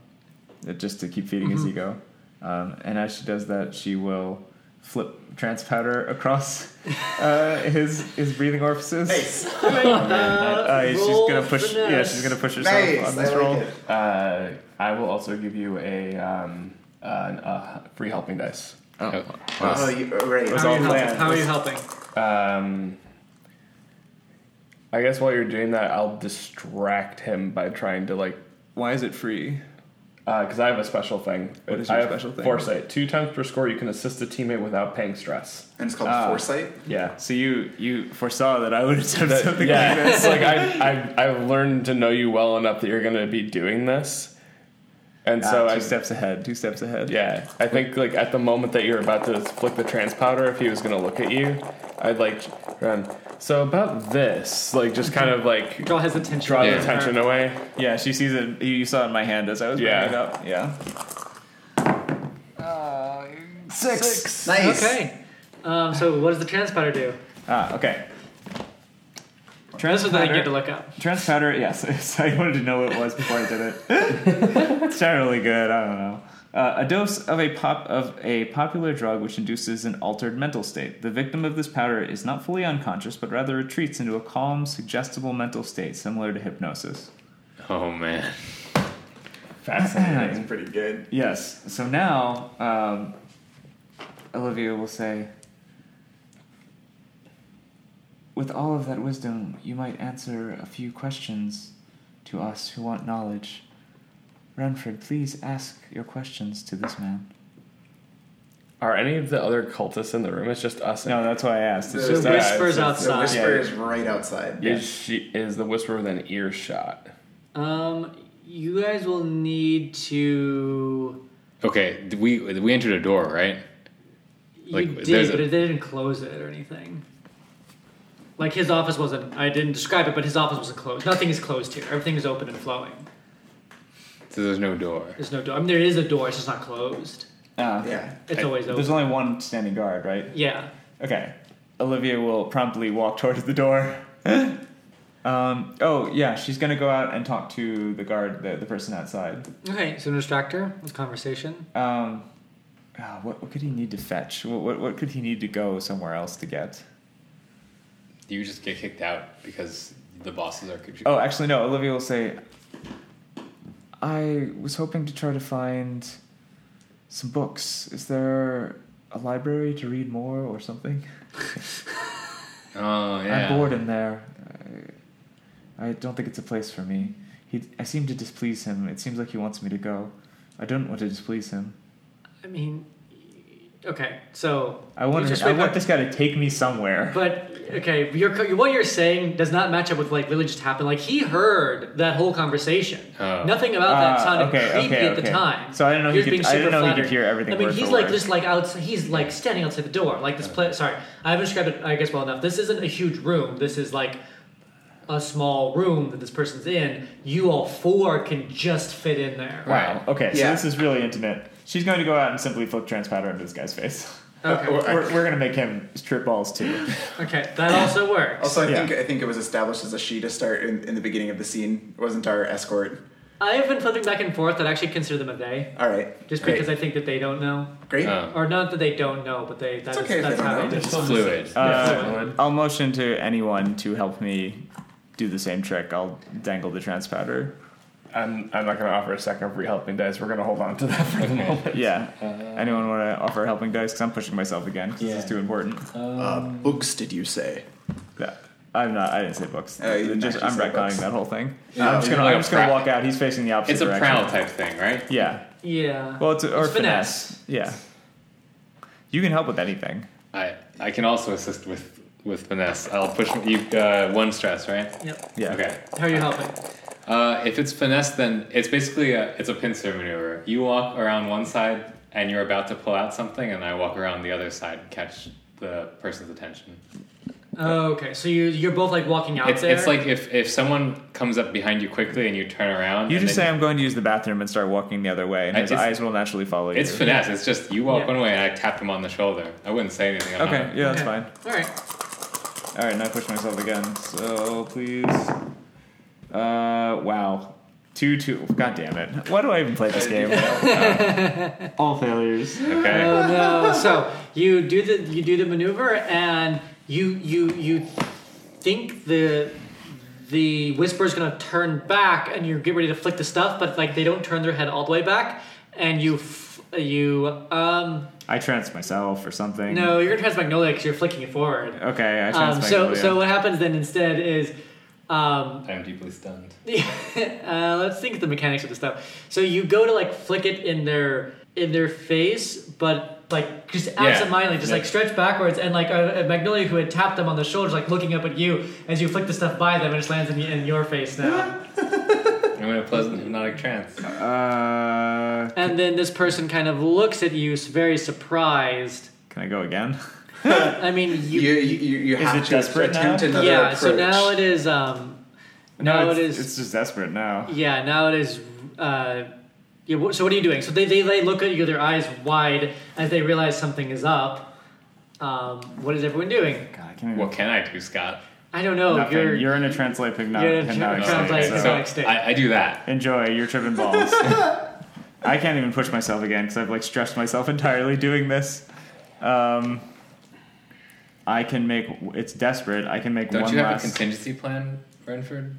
[SPEAKER 2] just to keep feeding his ego. Um, and as she does that, she will flip trans powder across uh, his his breathing orifices. Uh, she's
[SPEAKER 5] roll
[SPEAKER 2] gonna push. Yeah,
[SPEAKER 5] finesse.
[SPEAKER 2] she's gonna push herself
[SPEAKER 3] Nice,
[SPEAKER 2] on this
[SPEAKER 3] I like
[SPEAKER 2] roll.
[SPEAKER 3] it.
[SPEAKER 4] Uh, I will also give you a um, an, uh, free helping dice.
[SPEAKER 6] Oh,
[SPEAKER 3] Oh, you, right.
[SPEAKER 4] was
[SPEAKER 5] How are
[SPEAKER 4] all
[SPEAKER 5] you helping?
[SPEAKER 4] planned.
[SPEAKER 5] How are you helping?
[SPEAKER 4] Um, I guess while you're doing that, I'll distract him by trying to like
[SPEAKER 2] Why is it free?
[SPEAKER 4] Because I have a special thing.
[SPEAKER 2] What is
[SPEAKER 4] I
[SPEAKER 2] your
[SPEAKER 4] have
[SPEAKER 2] special thing?
[SPEAKER 4] Foresight. Two times per score, you can assist a teammate without paying stress.
[SPEAKER 3] And it's called
[SPEAKER 2] Ah.
[SPEAKER 3] foresight.
[SPEAKER 4] Yeah.
[SPEAKER 2] So you you foresaw that I would attempt
[SPEAKER 4] That-
[SPEAKER 2] something
[SPEAKER 4] yeah,
[SPEAKER 2] like this.
[SPEAKER 4] it's like I, I've, I've learned to know you well enough that you're going to be doing this, and so
[SPEAKER 2] So two
[SPEAKER 4] I
[SPEAKER 2] steps ahead. Two steps ahead.
[SPEAKER 4] yeah, I think like at the moment that you're about to flick the trans powder, if he was going to look at you, I'd like run. So about this, like just kind of like
[SPEAKER 5] Draw his attention.
[SPEAKER 4] draw
[SPEAKER 6] Yeah.
[SPEAKER 4] the attention away.
[SPEAKER 2] Yeah. She sees it. You you saw it in my hand as I was
[SPEAKER 4] Yeah.
[SPEAKER 2] bringing it up. Yeah. six.
[SPEAKER 3] Nice.
[SPEAKER 5] Okay. Um, so what does the transponder do?
[SPEAKER 2] Ah. Okay.
[SPEAKER 5] This is the thing you
[SPEAKER 2] Transpounder.
[SPEAKER 5] get to look up.
[SPEAKER 2] Trans powder, yes. I wanted to know what it was before I did it. it's generally good. I don't know. Uh, a dose of a pop of a popular drug which induces an altered mental state. The victim of this powder is not fully unconscious, but rather retreats into a calm, suggestible mental state similar to hypnosis.
[SPEAKER 6] Oh man.
[SPEAKER 3] Fascinating. That's pretty good.
[SPEAKER 2] Yes. So now, um, Olivia will say, with all of that wisdom, you might answer a few questions to us who want knowledge. Renfred, please ask your questions to this man.
[SPEAKER 4] Are any of the other cultists in the room? It's just us.
[SPEAKER 2] No, that's why I asked. It's uh,
[SPEAKER 5] The
[SPEAKER 2] just
[SPEAKER 4] that-
[SPEAKER 5] whispers
[SPEAKER 4] so-
[SPEAKER 3] The
[SPEAKER 5] outside.
[SPEAKER 3] whisper is right outside.
[SPEAKER 4] Is she is the whisper within earshot?
[SPEAKER 5] Um, you guys will need to.
[SPEAKER 6] Okay, th- we we entered a door, right?
[SPEAKER 5] You
[SPEAKER 6] Like, there's
[SPEAKER 5] did,
[SPEAKER 6] a-
[SPEAKER 5] but it didn't close it or anything. Like his office wasn't. I didn't describe it, but his office wasn't closed. Nothing is closed here. Everything is open and flowing.
[SPEAKER 6] So there's no door.
[SPEAKER 5] There's no door. I mean, there is a door. It's just not closed.
[SPEAKER 2] uh,
[SPEAKER 3] Yeah.
[SPEAKER 5] It's always open.
[SPEAKER 2] There's only one standing guard, right?
[SPEAKER 5] yeah.
[SPEAKER 2] Okay. Olivia will promptly walk towards the door. um, oh, yeah, she's going to go out and talk to the guard, the, the person outside.
[SPEAKER 5] Okay. So distractor. This conversation.
[SPEAKER 2] Um, ah, what, what could he need to fetch? What, what, what could he need to go somewhere else to get?
[SPEAKER 6] You just get kicked out because the bosses are confused.
[SPEAKER 2] Oh, actually, no. Olivia will say, I was hoping to try to find some books. Is there a library to read more or something?
[SPEAKER 6] Oh, yeah.
[SPEAKER 2] I'm bored in there. I, I don't think it's a place for me. He, I seem to displease him. It seems like he wants me to go. I don't want to displease him.
[SPEAKER 5] I mean. Okay. So.
[SPEAKER 2] I
[SPEAKER 5] you
[SPEAKER 2] want,
[SPEAKER 5] just
[SPEAKER 2] her, I
[SPEAKER 5] went
[SPEAKER 2] want
[SPEAKER 5] back-
[SPEAKER 2] this guy to take me somewhere.
[SPEAKER 5] But okay, your co- what you're saying does not match up with like really just happened. Like he heard that whole conversation.
[SPEAKER 6] Oh.
[SPEAKER 5] Nothing about that
[SPEAKER 2] Ah,
[SPEAKER 5] sounded
[SPEAKER 2] okay,
[SPEAKER 5] creepy
[SPEAKER 2] okay,
[SPEAKER 5] at the
[SPEAKER 2] okay.
[SPEAKER 5] time.
[SPEAKER 2] So I didn't know he
[SPEAKER 5] was
[SPEAKER 2] could-
[SPEAKER 5] being
[SPEAKER 2] I didn't
[SPEAKER 5] super
[SPEAKER 2] know he could
[SPEAKER 5] flattered.
[SPEAKER 2] hear everything
[SPEAKER 5] I mean,
[SPEAKER 2] word
[SPEAKER 5] he's
[SPEAKER 2] for
[SPEAKER 5] like
[SPEAKER 2] word.
[SPEAKER 5] just like outside. He's like standing outside the door. Like this place. Sorry, I haven't described it. I guess well enough. This isn't a huge room. This is like a small room that this person's in. You all four can just fit in there.
[SPEAKER 2] Wow. Okay,
[SPEAKER 3] Yeah.
[SPEAKER 2] so this is really intimate. She's going to go out and simply flip trans powder into this guy's face.
[SPEAKER 5] Okay.
[SPEAKER 2] We're, we're going to make him strip balls too.
[SPEAKER 5] Okay. That also works.
[SPEAKER 3] Also, I
[SPEAKER 2] Yeah.
[SPEAKER 3] think I think it was established as a she to start in, in the beginning of the scene. It wasn't our escort.
[SPEAKER 5] I have been flipping back and forth. I'd actually consider them a they,
[SPEAKER 3] All right.
[SPEAKER 5] just
[SPEAKER 3] Great.
[SPEAKER 5] because I think that they don't know.
[SPEAKER 3] Great.
[SPEAKER 6] Oh.
[SPEAKER 5] Or not that they don't know, but they that's,
[SPEAKER 3] It's okay if
[SPEAKER 5] that's
[SPEAKER 3] they don't
[SPEAKER 5] how
[SPEAKER 3] know.
[SPEAKER 5] they do.
[SPEAKER 6] It's fluid.
[SPEAKER 2] Uh, I'll motion to anyone to help me do the same trick. I'll dangle the trans powder.
[SPEAKER 4] I'm I'm not going to offer a second free helping dice. We're going to hold on to that for the moment.
[SPEAKER 2] Yeah. Anyone want to offer helping dice? Because I'm pushing myself again. 'cause This
[SPEAKER 4] Yeah.
[SPEAKER 2] is too important.
[SPEAKER 3] Uh, books, did you say?
[SPEAKER 2] Yeah. I'm not. I didn't say books.
[SPEAKER 3] Oh, you didn't
[SPEAKER 2] just,
[SPEAKER 3] actually
[SPEAKER 2] I'm
[SPEAKER 3] say
[SPEAKER 2] retconning
[SPEAKER 3] books.
[SPEAKER 2] that whole thing.
[SPEAKER 6] Yeah.
[SPEAKER 2] I'm just gonna.
[SPEAKER 6] Like a
[SPEAKER 2] I'm just gonna
[SPEAKER 6] prowl.
[SPEAKER 2] walk out. He's facing the opposite
[SPEAKER 6] It's a
[SPEAKER 2] direction.
[SPEAKER 6] prowl type thing, right?
[SPEAKER 2] Yeah.
[SPEAKER 5] Yeah.
[SPEAKER 2] Well, it's or
[SPEAKER 5] It's
[SPEAKER 2] finesse.
[SPEAKER 5] finesse.
[SPEAKER 2] Yeah. You can help with anything.
[SPEAKER 6] I I can also assist with with finesse. I'll push you uh, one stress, right?
[SPEAKER 5] yep.
[SPEAKER 2] Yeah.
[SPEAKER 6] Okay.
[SPEAKER 5] How are you helping?
[SPEAKER 6] Uh, if it's finesse, then it's basically a it's a pincer maneuver. You walk around one side and you're about to pull out something, and I walk around the other side and catch the person's attention.
[SPEAKER 5] Oh, okay. So you you're both like walking out
[SPEAKER 6] uh, It's
[SPEAKER 5] there.
[SPEAKER 6] it's like if if someone comes up behind you quickly and you turn around.
[SPEAKER 2] You
[SPEAKER 6] and
[SPEAKER 2] just say
[SPEAKER 6] then-
[SPEAKER 2] I'm going to use the bathroom and start walking the other way, and
[SPEAKER 6] I-
[SPEAKER 2] his
[SPEAKER 6] it's-
[SPEAKER 2] eyes will naturally follow you.
[SPEAKER 6] It's finesse. It's just you walk
[SPEAKER 5] Yeah.
[SPEAKER 6] one way and I tapped him on the shoulder. I wouldn't say anything. I'm
[SPEAKER 2] Okay.
[SPEAKER 6] not-
[SPEAKER 2] Yeah, that's
[SPEAKER 5] Okay.
[SPEAKER 2] fine.
[SPEAKER 5] All right.
[SPEAKER 2] All right, now I push myself again. So please. Uh, wow. Two two. God damn it! Why do I even play this game? All failures.
[SPEAKER 6] Okay.
[SPEAKER 5] Oh no. so you do the you do the maneuver and you you you think the the whisper's gonna turn back and you get ready to flick the stuff, but like they don't turn their head all the way back and you f- you um
[SPEAKER 2] I trance myself or something.
[SPEAKER 5] no you're gonna try magnolia because you're flicking it forward.
[SPEAKER 2] Okay, I trance
[SPEAKER 5] Um,
[SPEAKER 2] myself.
[SPEAKER 5] so, so what happens then instead is Um,
[SPEAKER 6] I'm deeply stunned.
[SPEAKER 5] uh, let's think of the mechanics of the stuff. So you go to like flick it in their in their face, but like just absentmindedly, just like stretch backwards, and like uh, uh, Magnolia, who had tapped them on the shoulders, like looking up at you as you flick the stuff by them, and it just lands in, y- in your face now.
[SPEAKER 6] I'm in a pleasant hypnotic trance.
[SPEAKER 2] Uh,
[SPEAKER 5] and then this person kind of looks at you, s- very surprised.
[SPEAKER 2] can I go again?
[SPEAKER 5] I mean,
[SPEAKER 3] You, you,
[SPEAKER 5] you,
[SPEAKER 3] you, you
[SPEAKER 2] Is
[SPEAKER 3] have
[SPEAKER 2] it
[SPEAKER 3] to
[SPEAKER 2] desperate now?
[SPEAKER 3] attempt another
[SPEAKER 5] yeah.
[SPEAKER 3] approach.
[SPEAKER 5] So now it is. Um, now
[SPEAKER 2] it's,
[SPEAKER 5] it is.
[SPEAKER 2] It's just desperate now.
[SPEAKER 5] Yeah, now it is. Uh, yeah, wh- so what are you doing? So they, they, they look at you, their eyes wide as they realize something is up. Um, what is everyone doing?
[SPEAKER 2] God, I can't even.
[SPEAKER 6] What can I do, Scott?
[SPEAKER 5] I don't know.
[SPEAKER 2] nothing.
[SPEAKER 5] You're,
[SPEAKER 2] You're, in a translate hypno-
[SPEAKER 5] You're in a
[SPEAKER 2] hypnotic
[SPEAKER 5] trans-
[SPEAKER 2] state,
[SPEAKER 5] translate
[SPEAKER 2] so-
[SPEAKER 5] hypnotic
[SPEAKER 6] so
[SPEAKER 5] state.
[SPEAKER 6] I, I do that.
[SPEAKER 2] Enjoy. You're tripping balls. I can't even push myself again because I've like stressed myself entirely doing this. Um, I can make. It's desperate. I can make
[SPEAKER 6] Don't
[SPEAKER 2] one
[SPEAKER 6] you have a
[SPEAKER 2] last.
[SPEAKER 6] contingency plan, Renford?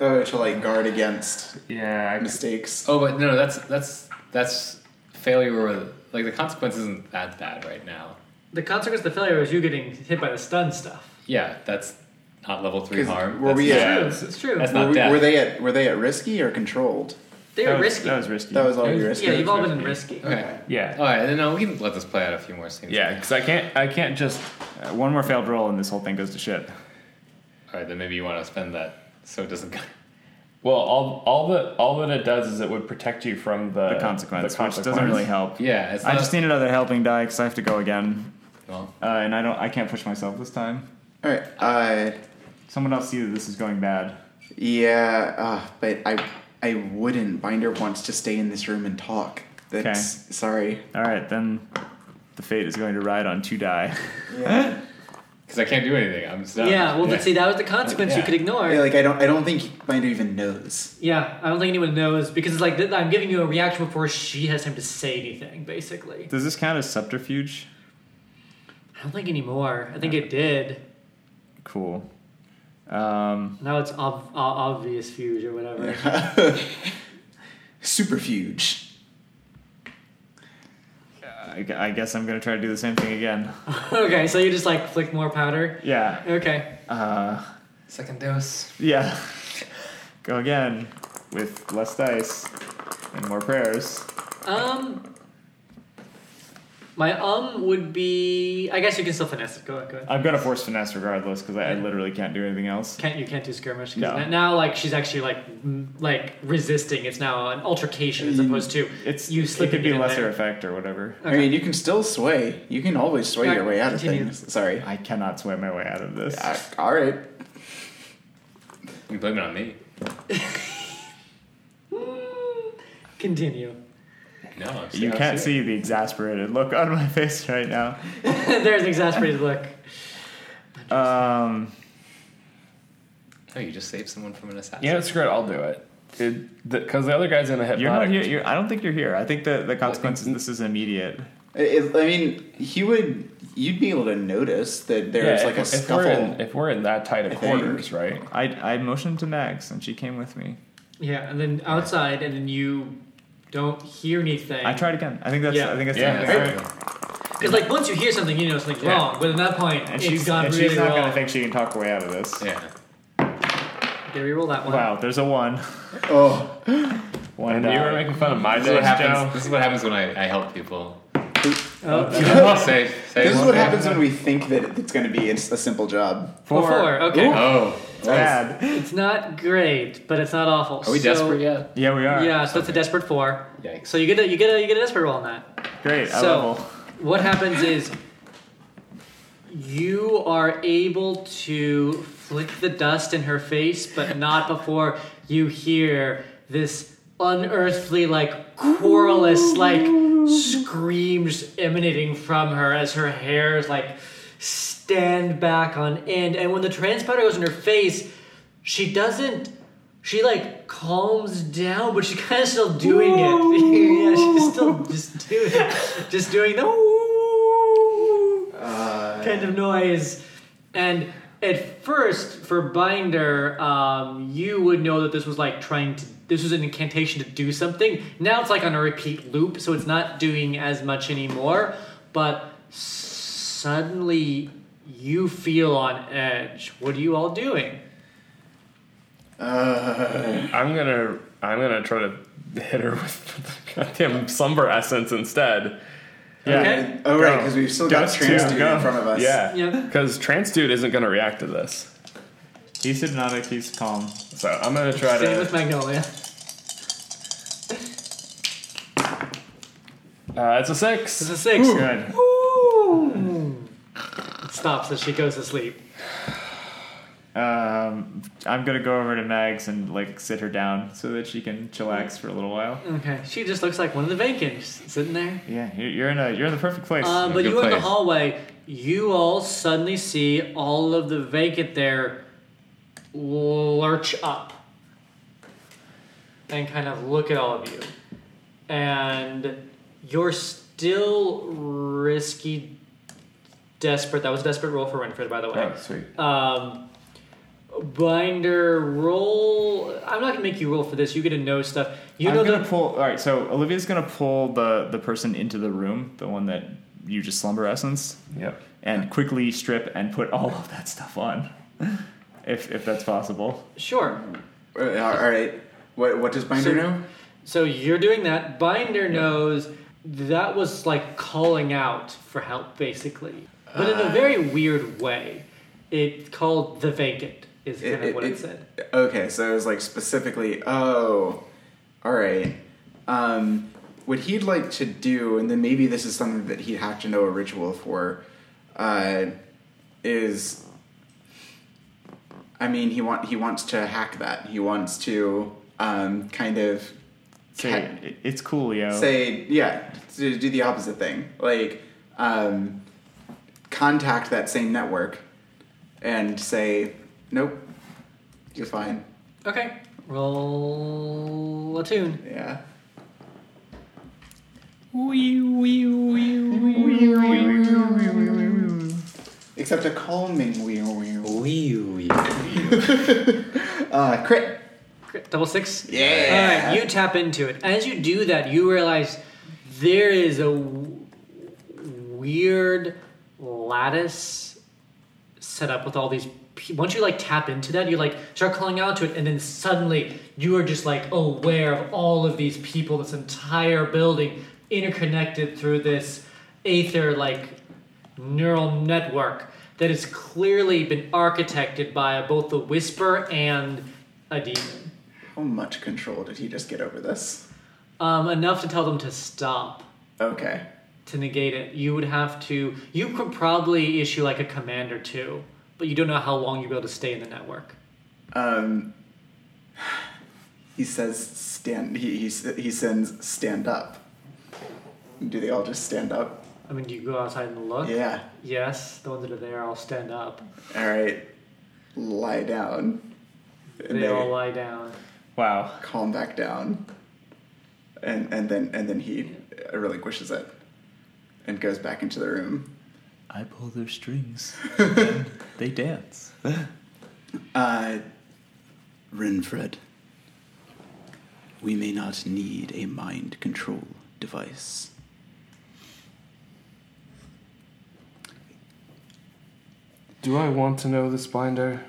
[SPEAKER 3] Oh, to like guard against
[SPEAKER 4] Yeah, I-
[SPEAKER 3] mistakes.
[SPEAKER 6] Oh, but no, that's that's that's failure. Or like the consequence isn't that bad right now.
[SPEAKER 5] the consequence of the failure is you getting hit by the stun stuff.
[SPEAKER 6] Yeah, that's not level three
[SPEAKER 3] 'Cause
[SPEAKER 6] harm.
[SPEAKER 3] were
[SPEAKER 6] That's
[SPEAKER 3] we
[SPEAKER 6] not-
[SPEAKER 3] at-
[SPEAKER 5] True, it's true.
[SPEAKER 6] That's
[SPEAKER 3] Were,
[SPEAKER 6] not
[SPEAKER 3] we,
[SPEAKER 6] death.
[SPEAKER 3] were they at were they at risky or controlled?
[SPEAKER 5] they
[SPEAKER 2] That
[SPEAKER 5] are
[SPEAKER 2] was-
[SPEAKER 5] risky.
[SPEAKER 2] That was risky.
[SPEAKER 3] That was all
[SPEAKER 6] It was- Oh,
[SPEAKER 3] you risky.
[SPEAKER 5] yeah, you've all been in risky.
[SPEAKER 6] Okay.
[SPEAKER 2] yeah.
[SPEAKER 6] All right, then no, we can let this play out a few more scenes.
[SPEAKER 4] yeah, because I can't. I can't just.
[SPEAKER 2] Uh, one more failed roll and this whole thing goes to shit.
[SPEAKER 6] All right, then maybe you want to spend that so it doesn't. go-
[SPEAKER 4] Well, all all that all that it does is it would protect you from the
[SPEAKER 2] The consequence,
[SPEAKER 4] the
[SPEAKER 2] which doesn't really help.
[SPEAKER 6] Yeah, it's
[SPEAKER 2] I
[SPEAKER 6] not-
[SPEAKER 2] just need another helping die because I have to go again,
[SPEAKER 6] Well,
[SPEAKER 2] uh, and I don't. I can't push myself this time.
[SPEAKER 3] All right. Uh,
[SPEAKER 2] Someone else see that this is going bad.
[SPEAKER 3] yeah, uh, but I I wouldn't. Binder wants to stay in this room and talk. That's sorry.
[SPEAKER 2] All right, then the fate is going to ride on two die.
[SPEAKER 3] Yeah.
[SPEAKER 6] because I can't do anything. I'm stuck.
[SPEAKER 5] Yeah, well, but see, that was the consequence you
[SPEAKER 6] Yeah.
[SPEAKER 5] could ignore.
[SPEAKER 3] Yeah, like I don't I don't think Binder even knows.
[SPEAKER 5] Yeah, I don't think anyone knows because it's like th- I'm giving you a reaction before she has time to say anything, basically.
[SPEAKER 2] Does this count as subterfuge?
[SPEAKER 5] I don't think anymore. I think it did.
[SPEAKER 2] Cool. Um,
[SPEAKER 5] Now it's ob- o- obvious fuse or whatever.
[SPEAKER 3] Superfuge.
[SPEAKER 2] I, gu- I guess I'm gonna try to do the same thing again.
[SPEAKER 5] okay, so you just like flick more powder.
[SPEAKER 2] Yeah.
[SPEAKER 5] Okay.
[SPEAKER 2] Uh,
[SPEAKER 6] Second dose.
[SPEAKER 2] yeah. Go again with less dice and more prayers.
[SPEAKER 5] Um. My um would be. I guess you can still finesse it. Go ahead. Go ahead.
[SPEAKER 2] I'm gonna force finesse regardless because I, I literally can't do anything else.
[SPEAKER 5] Can't you can't do skirmish? 'cause
[SPEAKER 2] No.
[SPEAKER 5] n- Now, like she's actually like m- like resisting. It's now an altercation as
[SPEAKER 3] Mm,
[SPEAKER 5] opposed to
[SPEAKER 2] It's
[SPEAKER 5] you
[SPEAKER 2] it
[SPEAKER 5] slipping
[SPEAKER 2] could be
[SPEAKER 5] in
[SPEAKER 2] lesser
[SPEAKER 5] there.
[SPEAKER 2] effect or whatever.
[SPEAKER 3] I mean, you can still sway. You can always sway
[SPEAKER 5] Yeah,
[SPEAKER 3] your way out of
[SPEAKER 5] continue.
[SPEAKER 3] things. Sorry.
[SPEAKER 2] I cannot sway my way out of this.
[SPEAKER 3] Uh, all right.
[SPEAKER 6] You blame it on me.
[SPEAKER 5] Mm, Continue.
[SPEAKER 6] No, I'm
[SPEAKER 2] You
[SPEAKER 6] I'm
[SPEAKER 2] can't see the exasperated look on my face right now.
[SPEAKER 5] There's an exasperated look.
[SPEAKER 2] Um,
[SPEAKER 6] No, you just saved someone from an assassin.
[SPEAKER 4] Yeah, screw it. I'll do it. Because the, 'cause the other guy's in a hypnotic.
[SPEAKER 2] You're not here. You're, I don't think you're here. I think the, the consequences this is immediate.
[SPEAKER 3] It, I mean, he would. You'd be able to notice that
[SPEAKER 4] Yeah,
[SPEAKER 3] there's
[SPEAKER 4] if,
[SPEAKER 3] like a
[SPEAKER 4] if
[SPEAKER 3] scuffle.
[SPEAKER 4] We're in, if we're in that tight of
[SPEAKER 3] I think.
[SPEAKER 4] quarters, right?
[SPEAKER 2] I, I motioned to Max and she came with me.
[SPEAKER 5] Yeah, and then outside, and then you don't hear anything.
[SPEAKER 2] I tried again. I think that's
[SPEAKER 5] Yeah.
[SPEAKER 2] I think that's
[SPEAKER 6] Yeah,
[SPEAKER 2] the
[SPEAKER 6] that's
[SPEAKER 2] only thing.
[SPEAKER 6] right.
[SPEAKER 5] Because like once you hear something, you know something's
[SPEAKER 2] Yeah.
[SPEAKER 5] wrong. But at that point,
[SPEAKER 2] And
[SPEAKER 5] it's
[SPEAKER 2] she's
[SPEAKER 5] gone
[SPEAKER 2] and
[SPEAKER 5] really
[SPEAKER 2] she's not
[SPEAKER 5] wrong.
[SPEAKER 2] gonna think she can talk her way out of this.
[SPEAKER 6] Yeah.
[SPEAKER 5] Did we roll that one?
[SPEAKER 2] Wow, there's a one.
[SPEAKER 3] oh,
[SPEAKER 2] One
[SPEAKER 4] And you
[SPEAKER 2] die.
[SPEAKER 4] were making fun of my
[SPEAKER 6] This is what
[SPEAKER 4] days,
[SPEAKER 6] happens.
[SPEAKER 4] Joe.
[SPEAKER 6] This is what happens when I, I help people.
[SPEAKER 5] Oh,
[SPEAKER 6] Save, save
[SPEAKER 3] this is
[SPEAKER 6] one.
[SPEAKER 3] what happens when we think that it's going to be a, s- a simple job.
[SPEAKER 5] four. Okay,
[SPEAKER 3] Ooh.
[SPEAKER 6] Oh,
[SPEAKER 2] Bad.
[SPEAKER 5] it's not great, but it's not awful.
[SPEAKER 6] are we
[SPEAKER 5] So-
[SPEAKER 6] desperate yet?
[SPEAKER 2] Yeah, we are.
[SPEAKER 5] Yeah, so it's a desperate four.
[SPEAKER 6] Yikes.
[SPEAKER 5] So you get a you get a you get a desperate roll on that.
[SPEAKER 2] Great. I
[SPEAKER 5] So-
[SPEAKER 2] level.
[SPEAKER 5] What happens is you are able to flick the dust in her face, but not before you hear this unearthly, like querulous, like screams emanating from her as her hair is like stand back on end. And when the transponder goes in her face, she doesn't. She like calms down, but she kind of still doing it. yeah, she's still just doing, just doing the "Ooh" kind of noise. And at first, for Binder, um, you would know that this was like trying to. This was an incantation to do something. Now it's like on a repeat loop, so it's not doing as much anymore. But suddenly, You feel on edge. What are you all doing?
[SPEAKER 4] I'm gonna I'm gonna try to hit her with the goddamn slumber essence instead. Yeah.
[SPEAKER 5] Okay.
[SPEAKER 3] Oh, right,
[SPEAKER 4] Go.
[SPEAKER 3] because we've still got
[SPEAKER 4] Go,
[SPEAKER 3] trans
[SPEAKER 4] yeah,
[SPEAKER 3] dude
[SPEAKER 4] go.
[SPEAKER 3] in front of us.
[SPEAKER 4] Yeah.
[SPEAKER 5] Yeah.
[SPEAKER 4] Because trans dude isn't gonna react to this,
[SPEAKER 2] He's hypnotic. He's calm.
[SPEAKER 4] so I'm gonna try
[SPEAKER 5] Same with
[SPEAKER 4] to.
[SPEAKER 5] Magnolia.
[SPEAKER 4] Uh, it's a
[SPEAKER 5] This
[SPEAKER 4] six.
[SPEAKER 5] is a six.
[SPEAKER 2] Good.
[SPEAKER 5] Ooh. It stops as she goes to sleep.
[SPEAKER 2] Um, I'm gonna go over to Mags and like sit her down so that she can chillax for a little while.
[SPEAKER 5] Okay. She just looks like one of the vacants sitting there.
[SPEAKER 2] Yeah, you're, you're in a you're in the perfect place.
[SPEAKER 5] Um, but
[SPEAKER 6] good
[SPEAKER 5] you in the
[SPEAKER 6] place.
[SPEAKER 5] hallway, you all suddenly see all of the vacant there lurch up and kind of look at all of you. And you're still risky, desperate. That was a desperate roll for Renfred, by the way.
[SPEAKER 2] oh, sweet.
[SPEAKER 5] Um, Binder, roll. I'm not gonna make you roll for this. You get to know stuff. You
[SPEAKER 2] I'm
[SPEAKER 5] know
[SPEAKER 2] gonna
[SPEAKER 5] the
[SPEAKER 2] pull. All right, so Olivia's gonna pull the the person into the room, the one that you just slumber essence,
[SPEAKER 4] Yep.
[SPEAKER 2] and quickly strip and put all of that stuff on, if if that's possible.
[SPEAKER 5] sure.
[SPEAKER 3] Uh, all right. What, what does Binder
[SPEAKER 5] So-
[SPEAKER 3] know?
[SPEAKER 5] So you're doing that. Binder knows that was like calling out for help, basically, but in a very weird way. It called the vacant is kind of what it, said.
[SPEAKER 3] Okay, so it was like specifically, oh, all right. Um, what he'd like to do, and then maybe this is something that he'd have to know a ritual for, uh, is, I mean, he want he wants to hack that. He wants to um, kind of
[SPEAKER 2] Say
[SPEAKER 3] ca-
[SPEAKER 2] it, it's Coolio.
[SPEAKER 3] say yeah, to do the opposite thing, like um, contact that same network and say, nope, you're fine.
[SPEAKER 5] Okay, roll a tune.
[SPEAKER 3] Yeah. Except a calming wee wee wee. Uh, crit.
[SPEAKER 5] Crit- Double six.
[SPEAKER 3] Yeah.
[SPEAKER 5] All right, you tap into it. As you do that, you realize there is a w- weird lattice set up with all these. Pe- Once you like tap into that, you like start calling out to it, and then suddenly you are just like aware of all of these people, this entire building interconnected through this aether like neural network that has clearly been architected by both the whisper and a demon.
[SPEAKER 3] How much control did he just get over this?
[SPEAKER 5] Um, enough to tell them to stop
[SPEAKER 3] Okay.
[SPEAKER 5] to negate it. You would have to. You could probably issue like a command or two, but you don't know how long you'll be able to stay in the network.
[SPEAKER 3] Um, he says stand. He he s- he sends stand up. Do they all just stand up?
[SPEAKER 5] I mean, do you go outside and look?
[SPEAKER 3] Yeah.
[SPEAKER 5] Yes, the ones that are there all stand up.
[SPEAKER 3] All right. Lie down.
[SPEAKER 5] They,
[SPEAKER 3] And
[SPEAKER 5] all lie down.
[SPEAKER 2] wow.
[SPEAKER 3] calm back down, and and then and then he relinquishes it, and goes back into the room.
[SPEAKER 2] I pull their strings. they dance.
[SPEAKER 7] Uh, Renfred, we may not need a mind control device.
[SPEAKER 4] Do I want to know this binder?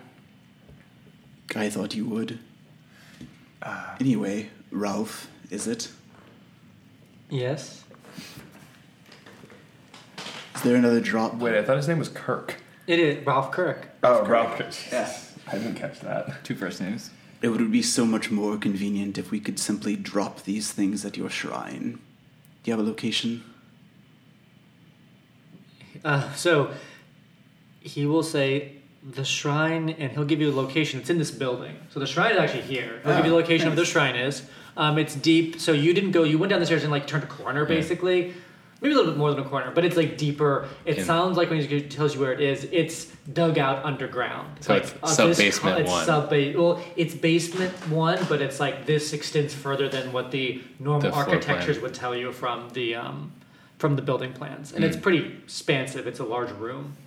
[SPEAKER 7] I thought you would.
[SPEAKER 2] Uh,
[SPEAKER 7] anyway, Ralph, is it?
[SPEAKER 5] Yes.
[SPEAKER 7] Is there another drop?
[SPEAKER 4] Wait, I thought his name was Kirk.
[SPEAKER 5] It is Ralph Kirk.
[SPEAKER 4] Oh, Ralph.
[SPEAKER 3] Yeah.
[SPEAKER 4] I didn't catch that.
[SPEAKER 2] Two first names.
[SPEAKER 7] It would be so much more convenient if we could simply drop these things at your shrine. Do you have a location?
[SPEAKER 5] Uh, so he will say the shrine, and he'll give you the location. It's in this building. So the shrine is actually here. He'll
[SPEAKER 6] Ah,
[SPEAKER 5] give you the location of the shrine is. Um, it's deep. So you didn't go. You went down the stairs and like turned a corner, basically. Maybe a little bit more than a corner, but it's like deeper. It
[SPEAKER 6] Yeah.
[SPEAKER 5] sounds like when he tells you where it is, it's dug out underground.
[SPEAKER 6] So
[SPEAKER 5] like
[SPEAKER 6] it's
[SPEAKER 5] uh, this
[SPEAKER 6] sub-basement
[SPEAKER 5] co- it's
[SPEAKER 6] one.
[SPEAKER 5] Sub ba- well, it's basement one, but it's like this extends further than what the normal
[SPEAKER 6] The floor plan.
[SPEAKER 5] architectures would tell you from the um, from the building plans, and
[SPEAKER 6] Mm.
[SPEAKER 5] it's pretty expansive. It's a large room.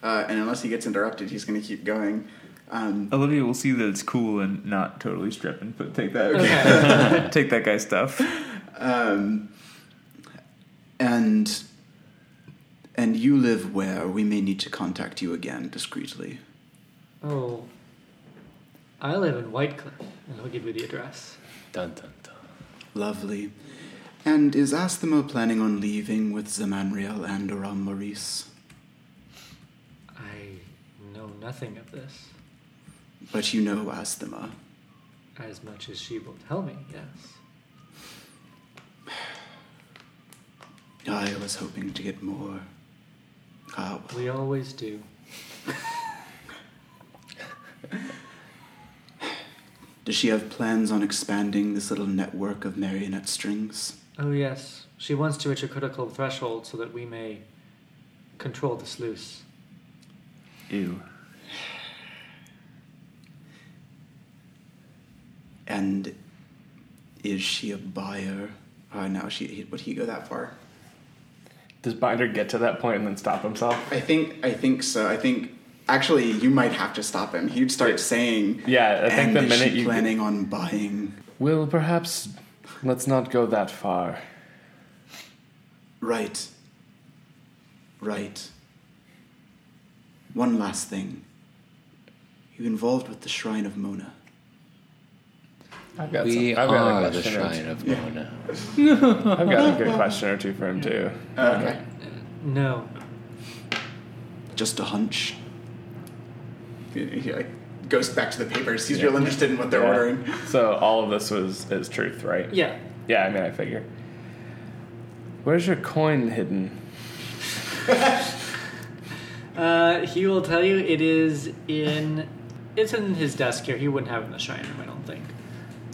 [SPEAKER 3] Uh, and unless he gets interrupted, he's going to keep going. Um,
[SPEAKER 2] Olivia will see that it's cool and not totally strip and put take that
[SPEAKER 5] Okay.
[SPEAKER 2] take that
[SPEAKER 7] um,
[SPEAKER 2] guy's stuff.
[SPEAKER 3] um,
[SPEAKER 7] And And you live where we may need to contact you again discreetly.
[SPEAKER 5] Oh. I live in Whitecliff, and I'll give you the address.
[SPEAKER 4] Dun dun dun.
[SPEAKER 7] Lovely. And is Asthimo planning on leaving with Zamanriel and Aram Maurice?
[SPEAKER 5] I know nothing of this
[SPEAKER 7] But you know Asthima.
[SPEAKER 5] as much as she will tell me, yes.
[SPEAKER 7] I was hoping to get more. Ah, well,
[SPEAKER 5] We always do.
[SPEAKER 7] does she have plans on expanding this little network of marionette strings?
[SPEAKER 5] Oh, yes. She wants to reach a critical threshold so that we may control the sluice.
[SPEAKER 2] Ew.
[SPEAKER 7] And is she a buyer? Ah, now she he- would he go that far?
[SPEAKER 4] Does Binder get to that point and then stop himself?
[SPEAKER 3] I think I think so. I think actually you might have to stop him. He'd start saying,
[SPEAKER 4] Yeah, I think
[SPEAKER 7] and
[SPEAKER 4] the
[SPEAKER 7] is
[SPEAKER 4] minute
[SPEAKER 7] she
[SPEAKER 4] you.
[SPEAKER 7] planning on buying?
[SPEAKER 4] Well, perhaps let's not go that far.
[SPEAKER 7] Right. Right. One last thing. You involved with the Shrine of Mona.
[SPEAKER 4] I've got,
[SPEAKER 6] we
[SPEAKER 4] some, I've got a
[SPEAKER 6] are the
[SPEAKER 4] question. Or
[SPEAKER 6] shrine
[SPEAKER 4] two.
[SPEAKER 6] of Mona.
[SPEAKER 4] I've got a good question or two for him too.
[SPEAKER 3] "Okay,
[SPEAKER 5] No.
[SPEAKER 7] Just a hunch.
[SPEAKER 3] he, he, like goes back to the papers. He's
[SPEAKER 4] Yeah.
[SPEAKER 3] real interested in what they're
[SPEAKER 4] Yeah.
[SPEAKER 3] ordering.
[SPEAKER 4] So all of this was is truth, right?
[SPEAKER 5] Yeah.
[SPEAKER 4] Yeah, I mean, I figure. Where's your coin hidden?
[SPEAKER 5] Uh, he will tell you it is in. It's in his desk here. He wouldn't have it in the shrine room, I don't think.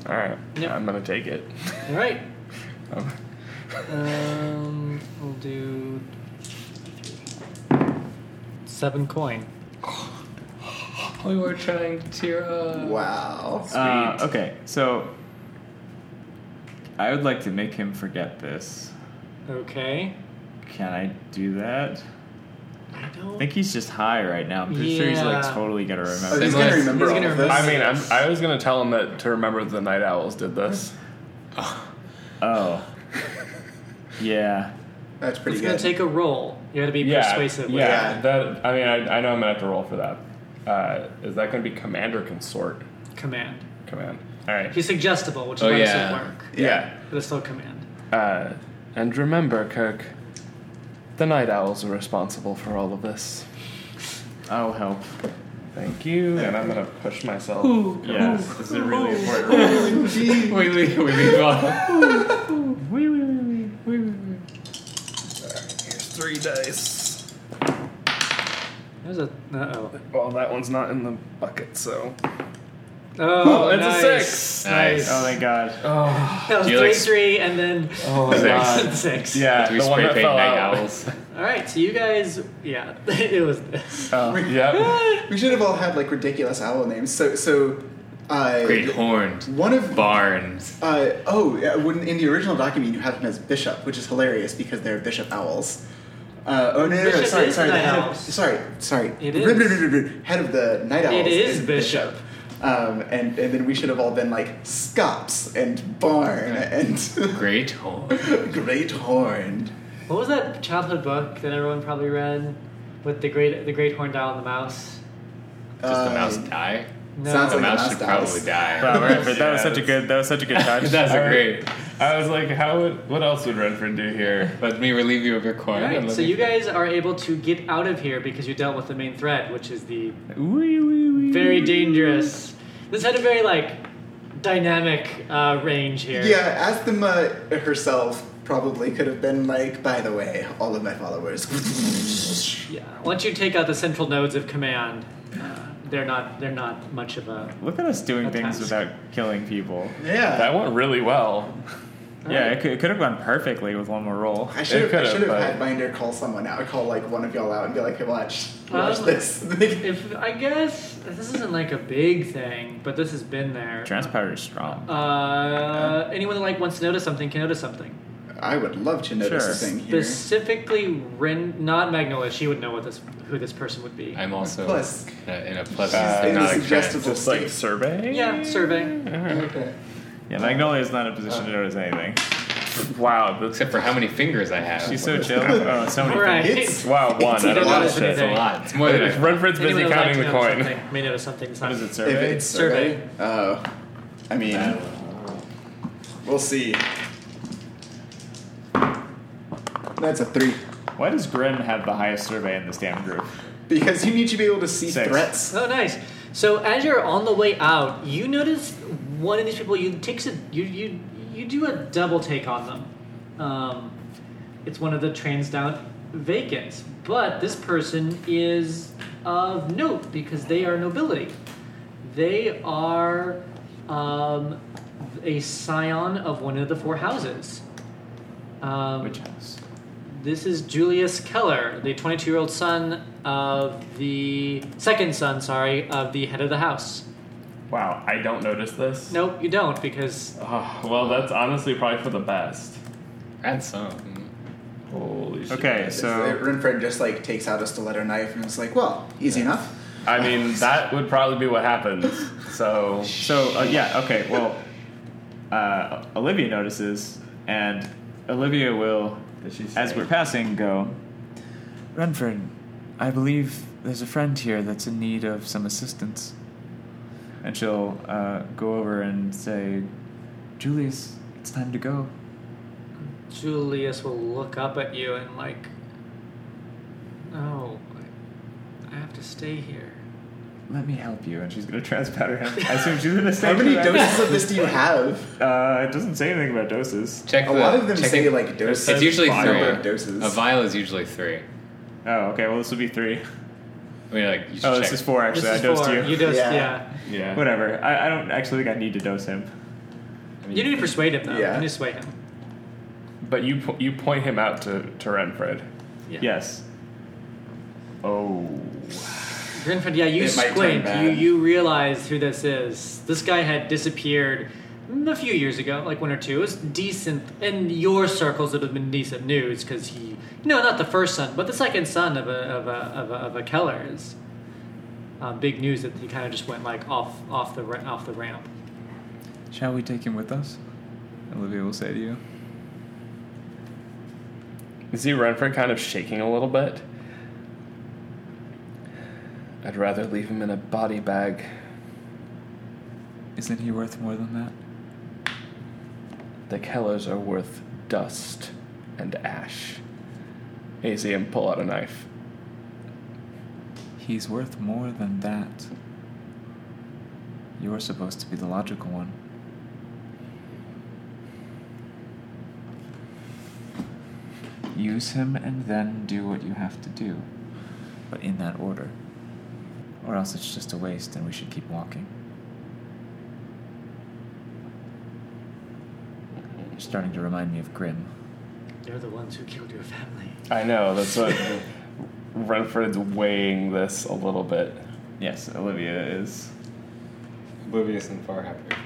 [SPEAKER 4] All right,
[SPEAKER 5] Yep.
[SPEAKER 4] I'm gonna take it.
[SPEAKER 5] All right.
[SPEAKER 4] Um,
[SPEAKER 5] Um, we'll do seven coin.
[SPEAKER 6] We were trying to.
[SPEAKER 3] Wow.
[SPEAKER 2] Uh, okay, so I would like to make him forget this.
[SPEAKER 5] Okay.
[SPEAKER 2] Can I do that?
[SPEAKER 5] I
[SPEAKER 2] I
[SPEAKER 5] don't.
[SPEAKER 2] think he's just high right now. I'm pretty sure he's like
[SPEAKER 5] Yeah.
[SPEAKER 2] totally gonna
[SPEAKER 3] Oh,
[SPEAKER 2] remember.
[SPEAKER 3] he's gonna
[SPEAKER 6] He's
[SPEAKER 3] remember
[SPEAKER 5] gonna
[SPEAKER 3] all of this.
[SPEAKER 4] I mean, I'm, I was gonna tell him that to remember the night owls did this.
[SPEAKER 2] Oh, yeah.
[SPEAKER 3] That's pretty
[SPEAKER 5] It's gonna
[SPEAKER 3] good.
[SPEAKER 5] take a roll. You got to be
[SPEAKER 4] yeah,
[SPEAKER 5] persuasive. with
[SPEAKER 4] Yeah,
[SPEAKER 3] Yeah.
[SPEAKER 4] that. I mean, I, I know I'm gonna have to roll for that. Uh, is that gonna be command or consort?
[SPEAKER 5] the Command.
[SPEAKER 4] Command. All right.
[SPEAKER 5] He's suggestible, which
[SPEAKER 6] Oh,
[SPEAKER 5] makes
[SPEAKER 6] yeah.
[SPEAKER 5] it work.
[SPEAKER 4] yeah.
[SPEAKER 5] But it's still command.
[SPEAKER 4] Uh, and remember, Kirk, the night owls are responsible for all of this.
[SPEAKER 2] I'll help.
[SPEAKER 4] Thank you. And I'm gonna push myself.
[SPEAKER 2] Yes, this is a really important. roll.
[SPEAKER 6] We leave. We leave. on.
[SPEAKER 2] Wee, wee, wee, wee, wee, wee.
[SPEAKER 4] Here's three dice.
[SPEAKER 5] There's a. Uh oh.
[SPEAKER 4] Well, that one's not in the bucket, so.
[SPEAKER 5] Oh,
[SPEAKER 4] it's
[SPEAKER 5] nice.
[SPEAKER 4] a six.
[SPEAKER 6] Nice.
[SPEAKER 2] Oh thank God.
[SPEAKER 5] That was
[SPEAKER 6] Do you
[SPEAKER 5] three,
[SPEAKER 6] like-
[SPEAKER 5] three, and then
[SPEAKER 4] Oh my god.
[SPEAKER 5] six.
[SPEAKER 4] Yeah,
[SPEAKER 6] Do we
[SPEAKER 4] the one
[SPEAKER 6] spray
[SPEAKER 4] that
[SPEAKER 6] paint
[SPEAKER 4] fell
[SPEAKER 6] night
[SPEAKER 4] out.
[SPEAKER 6] owls?
[SPEAKER 5] All right, so you guys, yeah, it was this.
[SPEAKER 4] Oh, yep.
[SPEAKER 3] we should have all had like ridiculous owl names. So so, uh,
[SPEAKER 6] Great horned
[SPEAKER 3] one of
[SPEAKER 6] barns.
[SPEAKER 3] uh, oh yeah, when in the original document you have him as bishop, which is hilarious because they're bishop owls. Uh, oh no, no, no,
[SPEAKER 5] Bishop
[SPEAKER 3] sorry,
[SPEAKER 5] is
[SPEAKER 3] sorry,
[SPEAKER 5] the
[SPEAKER 3] the head of,
[SPEAKER 5] owls.
[SPEAKER 3] sorry, sorry. Rib-
[SPEAKER 5] It is.
[SPEAKER 3] rib- rib- rib- rib. Head of the night owls.
[SPEAKER 5] It is bishop.
[SPEAKER 3] Um, and, and then we should have all been like scops and barn and
[SPEAKER 6] Great horn.
[SPEAKER 3] great horned.
[SPEAKER 5] What was that childhood book that everyone probably read with the great, the great horned owl and the mouse?
[SPEAKER 6] Does the
[SPEAKER 3] Uh,
[SPEAKER 6] mouse die?
[SPEAKER 5] No.
[SPEAKER 3] Sounds
[SPEAKER 6] The
[SPEAKER 3] like
[SPEAKER 6] mouse
[SPEAKER 3] mouse
[SPEAKER 6] should
[SPEAKER 3] dies.
[SPEAKER 6] probably die.
[SPEAKER 2] Wow, Renford, that was such a good. That was such a good touch.
[SPEAKER 6] That's
[SPEAKER 4] All
[SPEAKER 6] a
[SPEAKER 4] right.
[SPEAKER 6] great.
[SPEAKER 4] I was like, how would, what else would Renford do here?
[SPEAKER 6] Let me relieve you of your coin. and
[SPEAKER 5] All right,
[SPEAKER 6] let
[SPEAKER 5] so
[SPEAKER 6] me-
[SPEAKER 5] you guys are able to get out of here because you dealt with the main threat, which is the
[SPEAKER 2] Wee, wee, wee.
[SPEAKER 5] very dangerous. This had a very like dynamic uh, range here.
[SPEAKER 3] Yeah, Asthma herself probably could have been like, by the way, all of my followers.
[SPEAKER 5] Yeah. Once you take out the central nodes of command, uh, they're not they're not much of a.
[SPEAKER 2] Look at us doing
[SPEAKER 5] A
[SPEAKER 2] things
[SPEAKER 5] task.
[SPEAKER 2] without killing people.
[SPEAKER 3] yeah.
[SPEAKER 4] That went really well.
[SPEAKER 2] Yeah, it could, it could have gone perftly with one more roll.
[SPEAKER 3] I should have, I
[SPEAKER 4] could've,
[SPEAKER 3] should have
[SPEAKER 4] but-
[SPEAKER 3] had Binder call someone out, call like one of y'all out and be like, hey, watch,
[SPEAKER 6] Oh.
[SPEAKER 3] watch
[SPEAKER 5] Um,
[SPEAKER 3] this.
[SPEAKER 5] If I guess this isn't like a big thing, but this has been there.
[SPEAKER 2] Transpowder is strong.
[SPEAKER 5] Uh, anyone that like wants to notice something can notice something.
[SPEAKER 3] I would love to notice
[SPEAKER 2] Sure.
[SPEAKER 3] a thing here.
[SPEAKER 5] Specifically, Ren, not Magnolia. She would know what this who this person would be.
[SPEAKER 6] I'm also
[SPEAKER 3] Plus,
[SPEAKER 6] in a, in a pleasant
[SPEAKER 3] Uh, it is
[SPEAKER 6] hypnotic
[SPEAKER 3] suggestible.
[SPEAKER 6] trance.
[SPEAKER 4] Just like survey?
[SPEAKER 5] yeah, survey.
[SPEAKER 3] okay.
[SPEAKER 2] Yeah, Magnolia is not in a position to notice anything. Wow, that's,
[SPEAKER 6] Except for how many fingers I have.
[SPEAKER 2] she's so chill. Oh, so many
[SPEAKER 5] All right.
[SPEAKER 2] things.
[SPEAKER 3] It's-
[SPEAKER 2] Wow, one. I
[SPEAKER 5] it's
[SPEAKER 2] don't
[SPEAKER 5] a
[SPEAKER 2] know
[SPEAKER 5] lot
[SPEAKER 2] this
[SPEAKER 5] of
[SPEAKER 2] shit.
[SPEAKER 6] It's a lot. It's more than I,
[SPEAKER 2] Renford's busy
[SPEAKER 5] Anyone would like
[SPEAKER 2] counting
[SPEAKER 5] to
[SPEAKER 2] the
[SPEAKER 5] know
[SPEAKER 2] coin.
[SPEAKER 5] something, May notice something. It's
[SPEAKER 2] What
[SPEAKER 5] not-
[SPEAKER 2] is it,
[SPEAKER 3] If
[SPEAKER 2] survey?
[SPEAKER 3] it's survey, uh, I mean, we'll see. That's a three.
[SPEAKER 2] Why does Grim have the highest survey in this damn group?
[SPEAKER 3] Because you need to be able to see
[SPEAKER 2] Six.
[SPEAKER 3] threats.
[SPEAKER 5] Oh, nice. So as you're on the way out, you notice one of these people. You takes a you you you do a double take on them. Um, it's one of the trans down vacants, but this person is of note because they are nobility. They are um, a scion of one of the four houses. Um,
[SPEAKER 2] Which house?
[SPEAKER 5] this is Julius Keller, the 22 year old son of the second son, sorry, of the head of the house.
[SPEAKER 4] Wow, I don't notice this.
[SPEAKER 5] Nope, you don't, because
[SPEAKER 4] Oh, well, that's honestly probably for the best.
[SPEAKER 6] and some.
[SPEAKER 4] Holy shit.
[SPEAKER 2] Okay, so
[SPEAKER 3] Renfred just like takes out a stiletto knife and is like, "Well, easy enough."
[SPEAKER 4] I mean, that would probably be what happens. So,
[SPEAKER 2] So uh, yeah, okay. Well, uh, Olivia notices, and Olivia will, as we're passing, go. Renford, I believe there's a friend here that's in need of some assistance. And she'll uh, go over and say, Julius, it's time to go.
[SPEAKER 5] Julius will look up at you and, like, no, I- I have to stay here.
[SPEAKER 2] Let me help you. And she's gonna transpowder him. I assume she's gonna say.
[SPEAKER 3] How many doses of this do you have?
[SPEAKER 2] Uh, it doesn't say anything about doses.
[SPEAKER 6] Check
[SPEAKER 3] A
[SPEAKER 6] the-
[SPEAKER 3] lot of them
[SPEAKER 6] check
[SPEAKER 3] say
[SPEAKER 6] the-
[SPEAKER 3] like doses.
[SPEAKER 6] It's usually
[SPEAKER 3] vial
[SPEAKER 6] three.
[SPEAKER 3] of doses.
[SPEAKER 6] A vial is usually three.
[SPEAKER 2] Oh, okay. Well, this will be three.
[SPEAKER 6] I mean, like you should
[SPEAKER 2] Oh,
[SPEAKER 6] check.
[SPEAKER 2] this is four. Actually,
[SPEAKER 5] this
[SPEAKER 2] I
[SPEAKER 5] is
[SPEAKER 2] dosed
[SPEAKER 5] for,
[SPEAKER 2] you.
[SPEAKER 5] dosed,
[SPEAKER 3] Yeah.
[SPEAKER 5] yeah.
[SPEAKER 4] yeah.
[SPEAKER 2] Whatever. I, I don't actually think I need to dose him.
[SPEAKER 6] I
[SPEAKER 5] You need to persuade him, though.
[SPEAKER 3] Yeah.
[SPEAKER 5] You need to persuade him.
[SPEAKER 4] But you po- you point him out to, to Renfred.
[SPEAKER 5] Yeah.
[SPEAKER 2] Yes.
[SPEAKER 4] Oh.
[SPEAKER 5] Grinford, yeah, you
[SPEAKER 3] It might turn
[SPEAKER 5] squint. You
[SPEAKER 3] bad.
[SPEAKER 5] you realize who this is. This guy had disappeared a few years ago, like one or two. It was decent in your circles. It would have been decent news because he, you know, not the first son, but the second son of a of a of a, of a Keller is uh, big news that he kind of just went like off off the ra- off the ramp.
[SPEAKER 2] Shall we take him with us? Olivia will say to you.
[SPEAKER 4] You see Renfred kind of shaking a little bit. I'd rather leave him in a body bag.
[SPEAKER 2] Isn't he worth more than that?
[SPEAKER 4] The Kellers are worth dust and ash. And you see him pull out a knife.
[SPEAKER 2] He's worth more than that. You're supposed to be the logical one. Use him and then do what you have to do, but in that order. Or else it's just a waste and we should keep walking. You're starting to remind me of Grim.
[SPEAKER 5] They're the ones who killed your family.
[SPEAKER 4] I know, that's what Renfred's weighing this a little bit.
[SPEAKER 2] Yes, Olivia is.
[SPEAKER 6] Oblivious and far happier. point.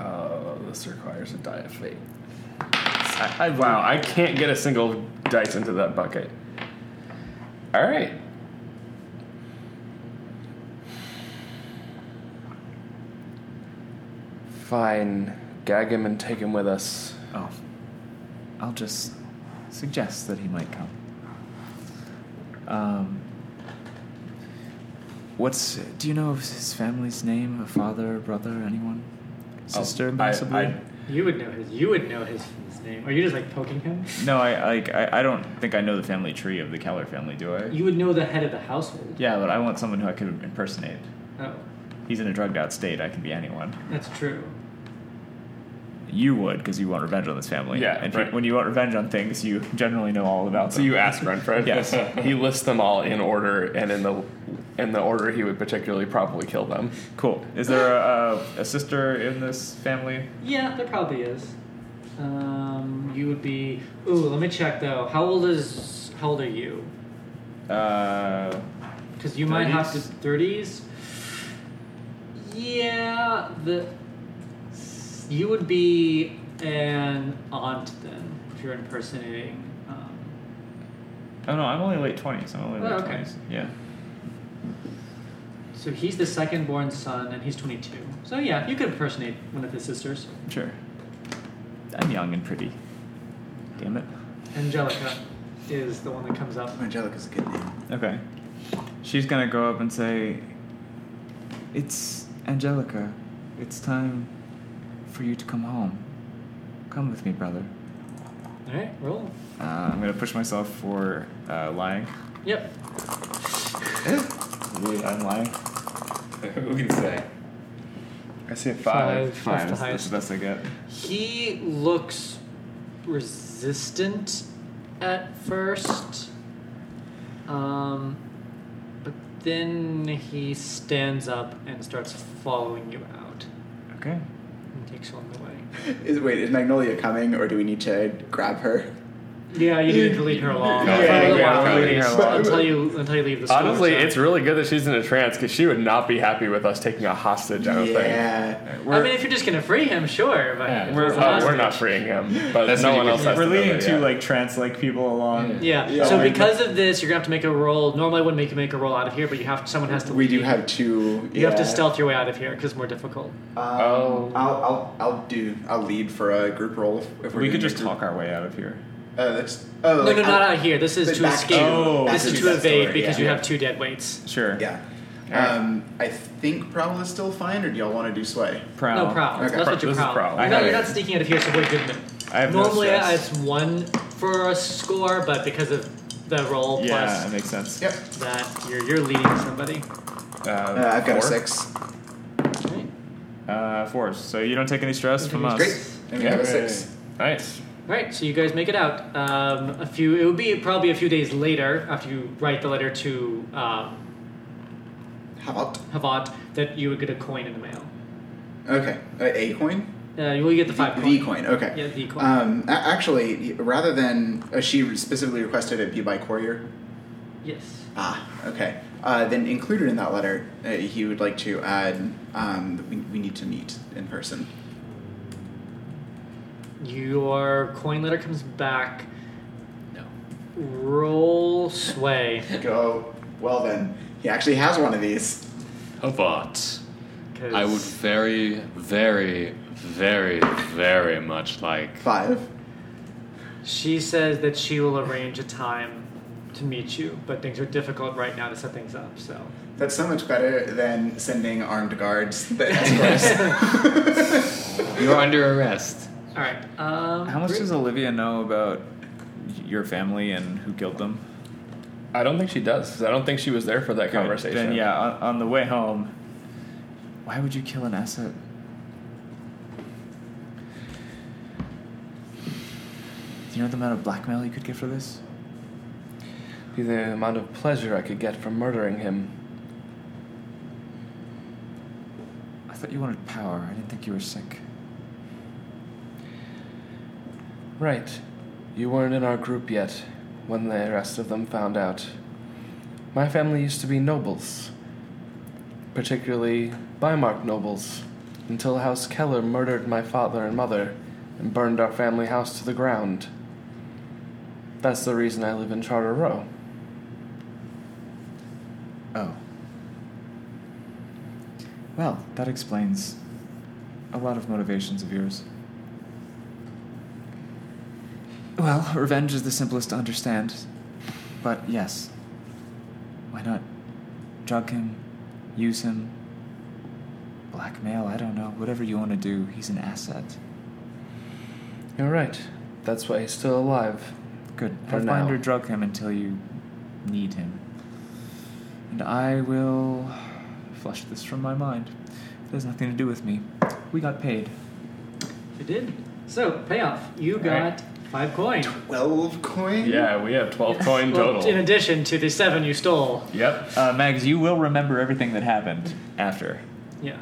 [SPEAKER 4] Uh, this requires a die of fate. I, I, wow, I can't get a single dice into that bucket. All right. Fine. Gag him and take him with us.
[SPEAKER 2] Oh. I'll just suggest that he might come. Um, what's. Do you know of his family's name? A father, brother, anyone? Sister,
[SPEAKER 4] I-
[SPEAKER 2] possibly?
[SPEAKER 4] I-
[SPEAKER 5] You would know his. You would know his, his name. Are you just like poking him?
[SPEAKER 2] no, I, like, I, I don't think I know the family tree of the Keller family, do I?
[SPEAKER 5] You would know the head of the household.
[SPEAKER 2] yeah, but I want someone who I could impersonate.
[SPEAKER 5] Oh,
[SPEAKER 2] He's in a drugged out state. I can be anyone.
[SPEAKER 5] that's true.
[SPEAKER 2] You would, because you want revenge on this family.
[SPEAKER 4] Yeah,
[SPEAKER 2] and
[SPEAKER 4] right.
[SPEAKER 2] when you want revenge on things, you generally know all about
[SPEAKER 4] So
[SPEAKER 2] them.
[SPEAKER 4] you ask Renfred.
[SPEAKER 2] Yes.
[SPEAKER 4] he lists them all in order, and in the in the order he would particularly probably kill them.
[SPEAKER 2] Cool. Is there a, a, a sister in this family?
[SPEAKER 5] Yeah, there probably is. Um, you would be. Ooh, let me check though. How old is? How old are you?
[SPEAKER 2] Uh,
[SPEAKER 5] Because you might have to
[SPEAKER 2] 30s?
[SPEAKER 5] thirties. Yeah, the. You would be an aunt then if you're impersonating. Um,
[SPEAKER 2] oh no, I'm only late twenties. I'm only
[SPEAKER 5] Oh,
[SPEAKER 2] late
[SPEAKER 5] okay.
[SPEAKER 2] twenties. Yeah.
[SPEAKER 5] So he's the second born son, and he's 22. So yeah, you could impersonate one of his sisters,
[SPEAKER 2] Sure. I'm young and pretty. Damn it.
[SPEAKER 5] Angelica. Is the one that comes up.
[SPEAKER 3] Angelica's a good name.
[SPEAKER 2] Okay. She's gonna go up and say, It's Angelica. It's time for you to come home. Come with me, brother.
[SPEAKER 5] All right, roll.
[SPEAKER 2] Uh, I'm gonna push myself for uh, lying.
[SPEAKER 5] Yep.
[SPEAKER 2] Wait, I'm lying.
[SPEAKER 6] Who can say?
[SPEAKER 2] I see a
[SPEAKER 5] five. Five. That's the
[SPEAKER 2] Five. That's,
[SPEAKER 5] highest.
[SPEAKER 2] the best I get.
[SPEAKER 5] He looks resistant at first, um, but then he stands up and starts following you out
[SPEAKER 2] Okay.
[SPEAKER 5] and takes you on the way.
[SPEAKER 3] Is, wait, is Magnolia coming, or do we need to grab her?
[SPEAKER 5] Yeah, you need to lead her along
[SPEAKER 6] Yeah,
[SPEAKER 5] for a little
[SPEAKER 6] yeah,
[SPEAKER 5] while,
[SPEAKER 6] yeah.
[SPEAKER 5] at least,
[SPEAKER 4] Leading her along.
[SPEAKER 5] until you until you leave the school.
[SPEAKER 4] Honestly,
[SPEAKER 5] so-
[SPEAKER 4] it's really good that she's in a trance because she would not be happy with us taking a hostage. I don't think.
[SPEAKER 3] yeah.
[SPEAKER 5] I mean, if you're just gonna free him, sure, but
[SPEAKER 6] Yeah,
[SPEAKER 4] We're,
[SPEAKER 5] it's a
[SPEAKER 4] oh, we're
[SPEAKER 5] hostage.
[SPEAKER 4] not freeing him, but
[SPEAKER 6] That's
[SPEAKER 4] no
[SPEAKER 6] what
[SPEAKER 4] one
[SPEAKER 6] you-
[SPEAKER 4] else has
[SPEAKER 2] We're
[SPEAKER 4] to know
[SPEAKER 2] leading
[SPEAKER 4] that
[SPEAKER 2] two
[SPEAKER 4] yet.
[SPEAKER 2] like trance-like people along.
[SPEAKER 5] Yeah.
[SPEAKER 3] Yeah,
[SPEAKER 5] so
[SPEAKER 3] like-
[SPEAKER 5] because of this, you're gonna have to make a roll. Normally, I wouldn't make you make a roll out of here, but you have someone has to.
[SPEAKER 3] We do
[SPEAKER 5] lead.
[SPEAKER 3] have two.
[SPEAKER 5] You have to stealth your way out of here because it's more difficult.
[SPEAKER 3] oh. I'll, I'll, I'll do. I'll lead for a group roll if, if we're
[SPEAKER 2] We could
[SPEAKER 3] doing a
[SPEAKER 2] just
[SPEAKER 3] group-
[SPEAKER 2] talk our way out of here.
[SPEAKER 3] Uh, that's, oh,
[SPEAKER 5] No,
[SPEAKER 3] like,
[SPEAKER 5] no,
[SPEAKER 3] I'll-
[SPEAKER 5] not out here. This
[SPEAKER 3] But
[SPEAKER 5] is to
[SPEAKER 3] back
[SPEAKER 5] escape.
[SPEAKER 2] Oh,
[SPEAKER 5] this
[SPEAKER 3] back to
[SPEAKER 5] is to
[SPEAKER 3] that
[SPEAKER 5] evade
[SPEAKER 3] story,
[SPEAKER 5] because
[SPEAKER 3] yeah.
[SPEAKER 5] you have two dead weights.
[SPEAKER 2] Sure.
[SPEAKER 3] Yeah. Um, I think prowl is still fine, or do y'all want to do sway?
[SPEAKER 2] Prowl.
[SPEAKER 5] No prowl.
[SPEAKER 3] Okay.
[SPEAKER 5] That's what you're
[SPEAKER 4] This is
[SPEAKER 5] prowl.
[SPEAKER 4] prowl.
[SPEAKER 5] You're,
[SPEAKER 2] I
[SPEAKER 5] not,
[SPEAKER 2] have
[SPEAKER 5] you're
[SPEAKER 3] it.
[SPEAKER 5] not sneaking out of here, so what good.
[SPEAKER 2] I have no
[SPEAKER 5] Normally,
[SPEAKER 2] stress.
[SPEAKER 5] it's one for a score, but because of the roll
[SPEAKER 2] Yeah, that
[SPEAKER 5] plus
[SPEAKER 2] makes sense.
[SPEAKER 3] Yep.
[SPEAKER 5] that, you're you're leading somebody.
[SPEAKER 2] Uh,
[SPEAKER 3] Uh, I've got a
[SPEAKER 2] four?
[SPEAKER 3] six.
[SPEAKER 5] Right.
[SPEAKER 2] Uh, four. So you don't take any stress from us.
[SPEAKER 3] Great. And we
[SPEAKER 4] Yeah.
[SPEAKER 3] have a six.
[SPEAKER 4] Nice.
[SPEAKER 5] Right, so you guys make it out. Um, a few. It will be probably a few days later after you write the letter to um,
[SPEAKER 3] How about?
[SPEAKER 5] Havat that you would get a coin in the mail.
[SPEAKER 3] Okay. Uh, a coin?
[SPEAKER 5] Uh, you will get the five
[SPEAKER 3] the,
[SPEAKER 5] coin.
[SPEAKER 3] the coin. Okay.
[SPEAKER 5] Yeah, the coin.
[SPEAKER 3] Um, a- actually, rather than uh, she specifically requested it be by courier.
[SPEAKER 5] yes.
[SPEAKER 3] Ah, okay. Uh, then included in that letter, uh, he would like to add um, we, we need to meet in person.
[SPEAKER 5] Your coin letter comes back.
[SPEAKER 6] No.
[SPEAKER 5] Roll sway.
[SPEAKER 3] Go. Well then, he actually has one of these.
[SPEAKER 6] Havat.
[SPEAKER 5] 'cause-
[SPEAKER 6] I would very, very, very, very much like.
[SPEAKER 3] Five.
[SPEAKER 5] She says that she will arrange a time to meet you, but things are difficult right now to set things up. So
[SPEAKER 3] That's so much better than sending armed guards that escorts.
[SPEAKER 6] You're under arrest.
[SPEAKER 5] All right. Um,
[SPEAKER 2] How much does Olivia know about your family and who killed them?
[SPEAKER 4] I don't think she does. 'cause I don't think she was there for that conversation.
[SPEAKER 2] Then yeah, on, on the way home. Why would you kill an asset? Do you know the amount of blackmail you could get for this?
[SPEAKER 4] Be the amount of pleasure I could get from murdering him.
[SPEAKER 2] I thought you wanted power. I didn't think you were sick.
[SPEAKER 4] Right. You weren't in our group yet when the rest of them found out. My family used to be nobles, particularly Bymark nobles, until House Keller murdered my father and mother and burned our family house to the ground. That's the reason I live in Charter Row.
[SPEAKER 2] Oh. Well, that explains a lot of motivations of yours. Well, revenge is the simplest to understand. But yes. Why not drug him, use him, blackmail, I don't know, whatever you want to do, he's an asset.
[SPEAKER 4] You're right. That's why he's still alive.
[SPEAKER 2] Good.
[SPEAKER 4] For
[SPEAKER 2] Have
[SPEAKER 4] now.
[SPEAKER 2] Binder drug him until you need him. And I will flush this from my mind. It has nothing to do with me. We got paid.
[SPEAKER 5] You did. So payoff. You got
[SPEAKER 4] right.
[SPEAKER 5] five coin.
[SPEAKER 3] Twelve coin.
[SPEAKER 4] we have 12
[SPEAKER 5] Well, In addition to the seven you stole.
[SPEAKER 4] Yep.
[SPEAKER 2] Uh, Mags, you will remember everything that happened after.
[SPEAKER 5] Yeah.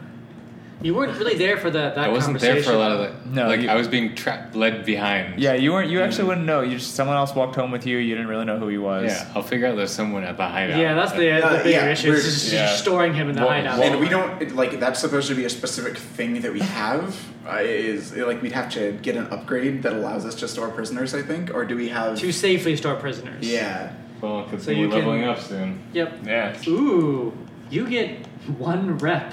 [SPEAKER 5] You weren't really there for the, that
[SPEAKER 6] I wasn't there for a lot of the.
[SPEAKER 2] No,
[SPEAKER 6] like
[SPEAKER 2] you-
[SPEAKER 6] I was being trapped, led behind.
[SPEAKER 2] Yeah, you weren't. You actually wouldn't know. You just someone else walked home with you. You didn't really know who he was.
[SPEAKER 6] Yeah, I'll figure out there's someone behind us.
[SPEAKER 5] Yeah, that's the,
[SPEAKER 3] Uh,
[SPEAKER 5] the bigger
[SPEAKER 3] yeah,
[SPEAKER 5] issue.
[SPEAKER 3] we're-
[SPEAKER 5] is just
[SPEAKER 4] yeah.
[SPEAKER 5] storing him in the
[SPEAKER 4] Well,
[SPEAKER 5] hideout.
[SPEAKER 4] well-
[SPEAKER 3] And we don't it- like that's supposed to be a specific thing that we have. Uh, is like we'd have to get an upgrade that allows us to store prisoners, I think, or do we have?
[SPEAKER 5] to safely store prisoners.
[SPEAKER 3] yeah.
[SPEAKER 6] Well, because
[SPEAKER 5] So you
[SPEAKER 6] we're leveling
[SPEAKER 5] can-
[SPEAKER 6] up soon.
[SPEAKER 5] Yep.
[SPEAKER 4] Yeah.
[SPEAKER 5] Ooh. You get one rep.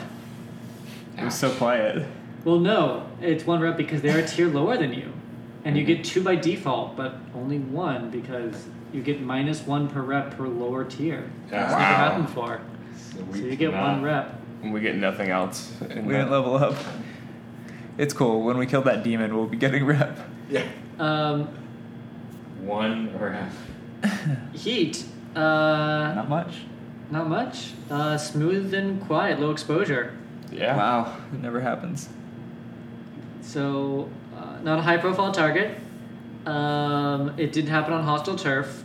[SPEAKER 2] It was so quiet.
[SPEAKER 5] Well, no, it's one rep because they're a tier lower than you, and you get two by default, but only one because you get minus one per rep per lower tier. That's never
[SPEAKER 6] Wow.
[SPEAKER 5] happened before.
[SPEAKER 6] So,
[SPEAKER 5] So you get one rep.
[SPEAKER 4] We get nothing else. In
[SPEAKER 2] We
[SPEAKER 4] that.
[SPEAKER 2] didn't level up. It's cool. When we kill that demon, we'll be getting rep.
[SPEAKER 3] Yeah.
[SPEAKER 5] Um,
[SPEAKER 6] One or half.
[SPEAKER 5] heat. Uh,
[SPEAKER 2] Not much.
[SPEAKER 5] not much. Uh, smooth and quiet, low exposure.
[SPEAKER 4] yeah.
[SPEAKER 2] Wow, it never happens.
[SPEAKER 5] So, uh, not a high profile target. Um, it didn't happen on hostile turf,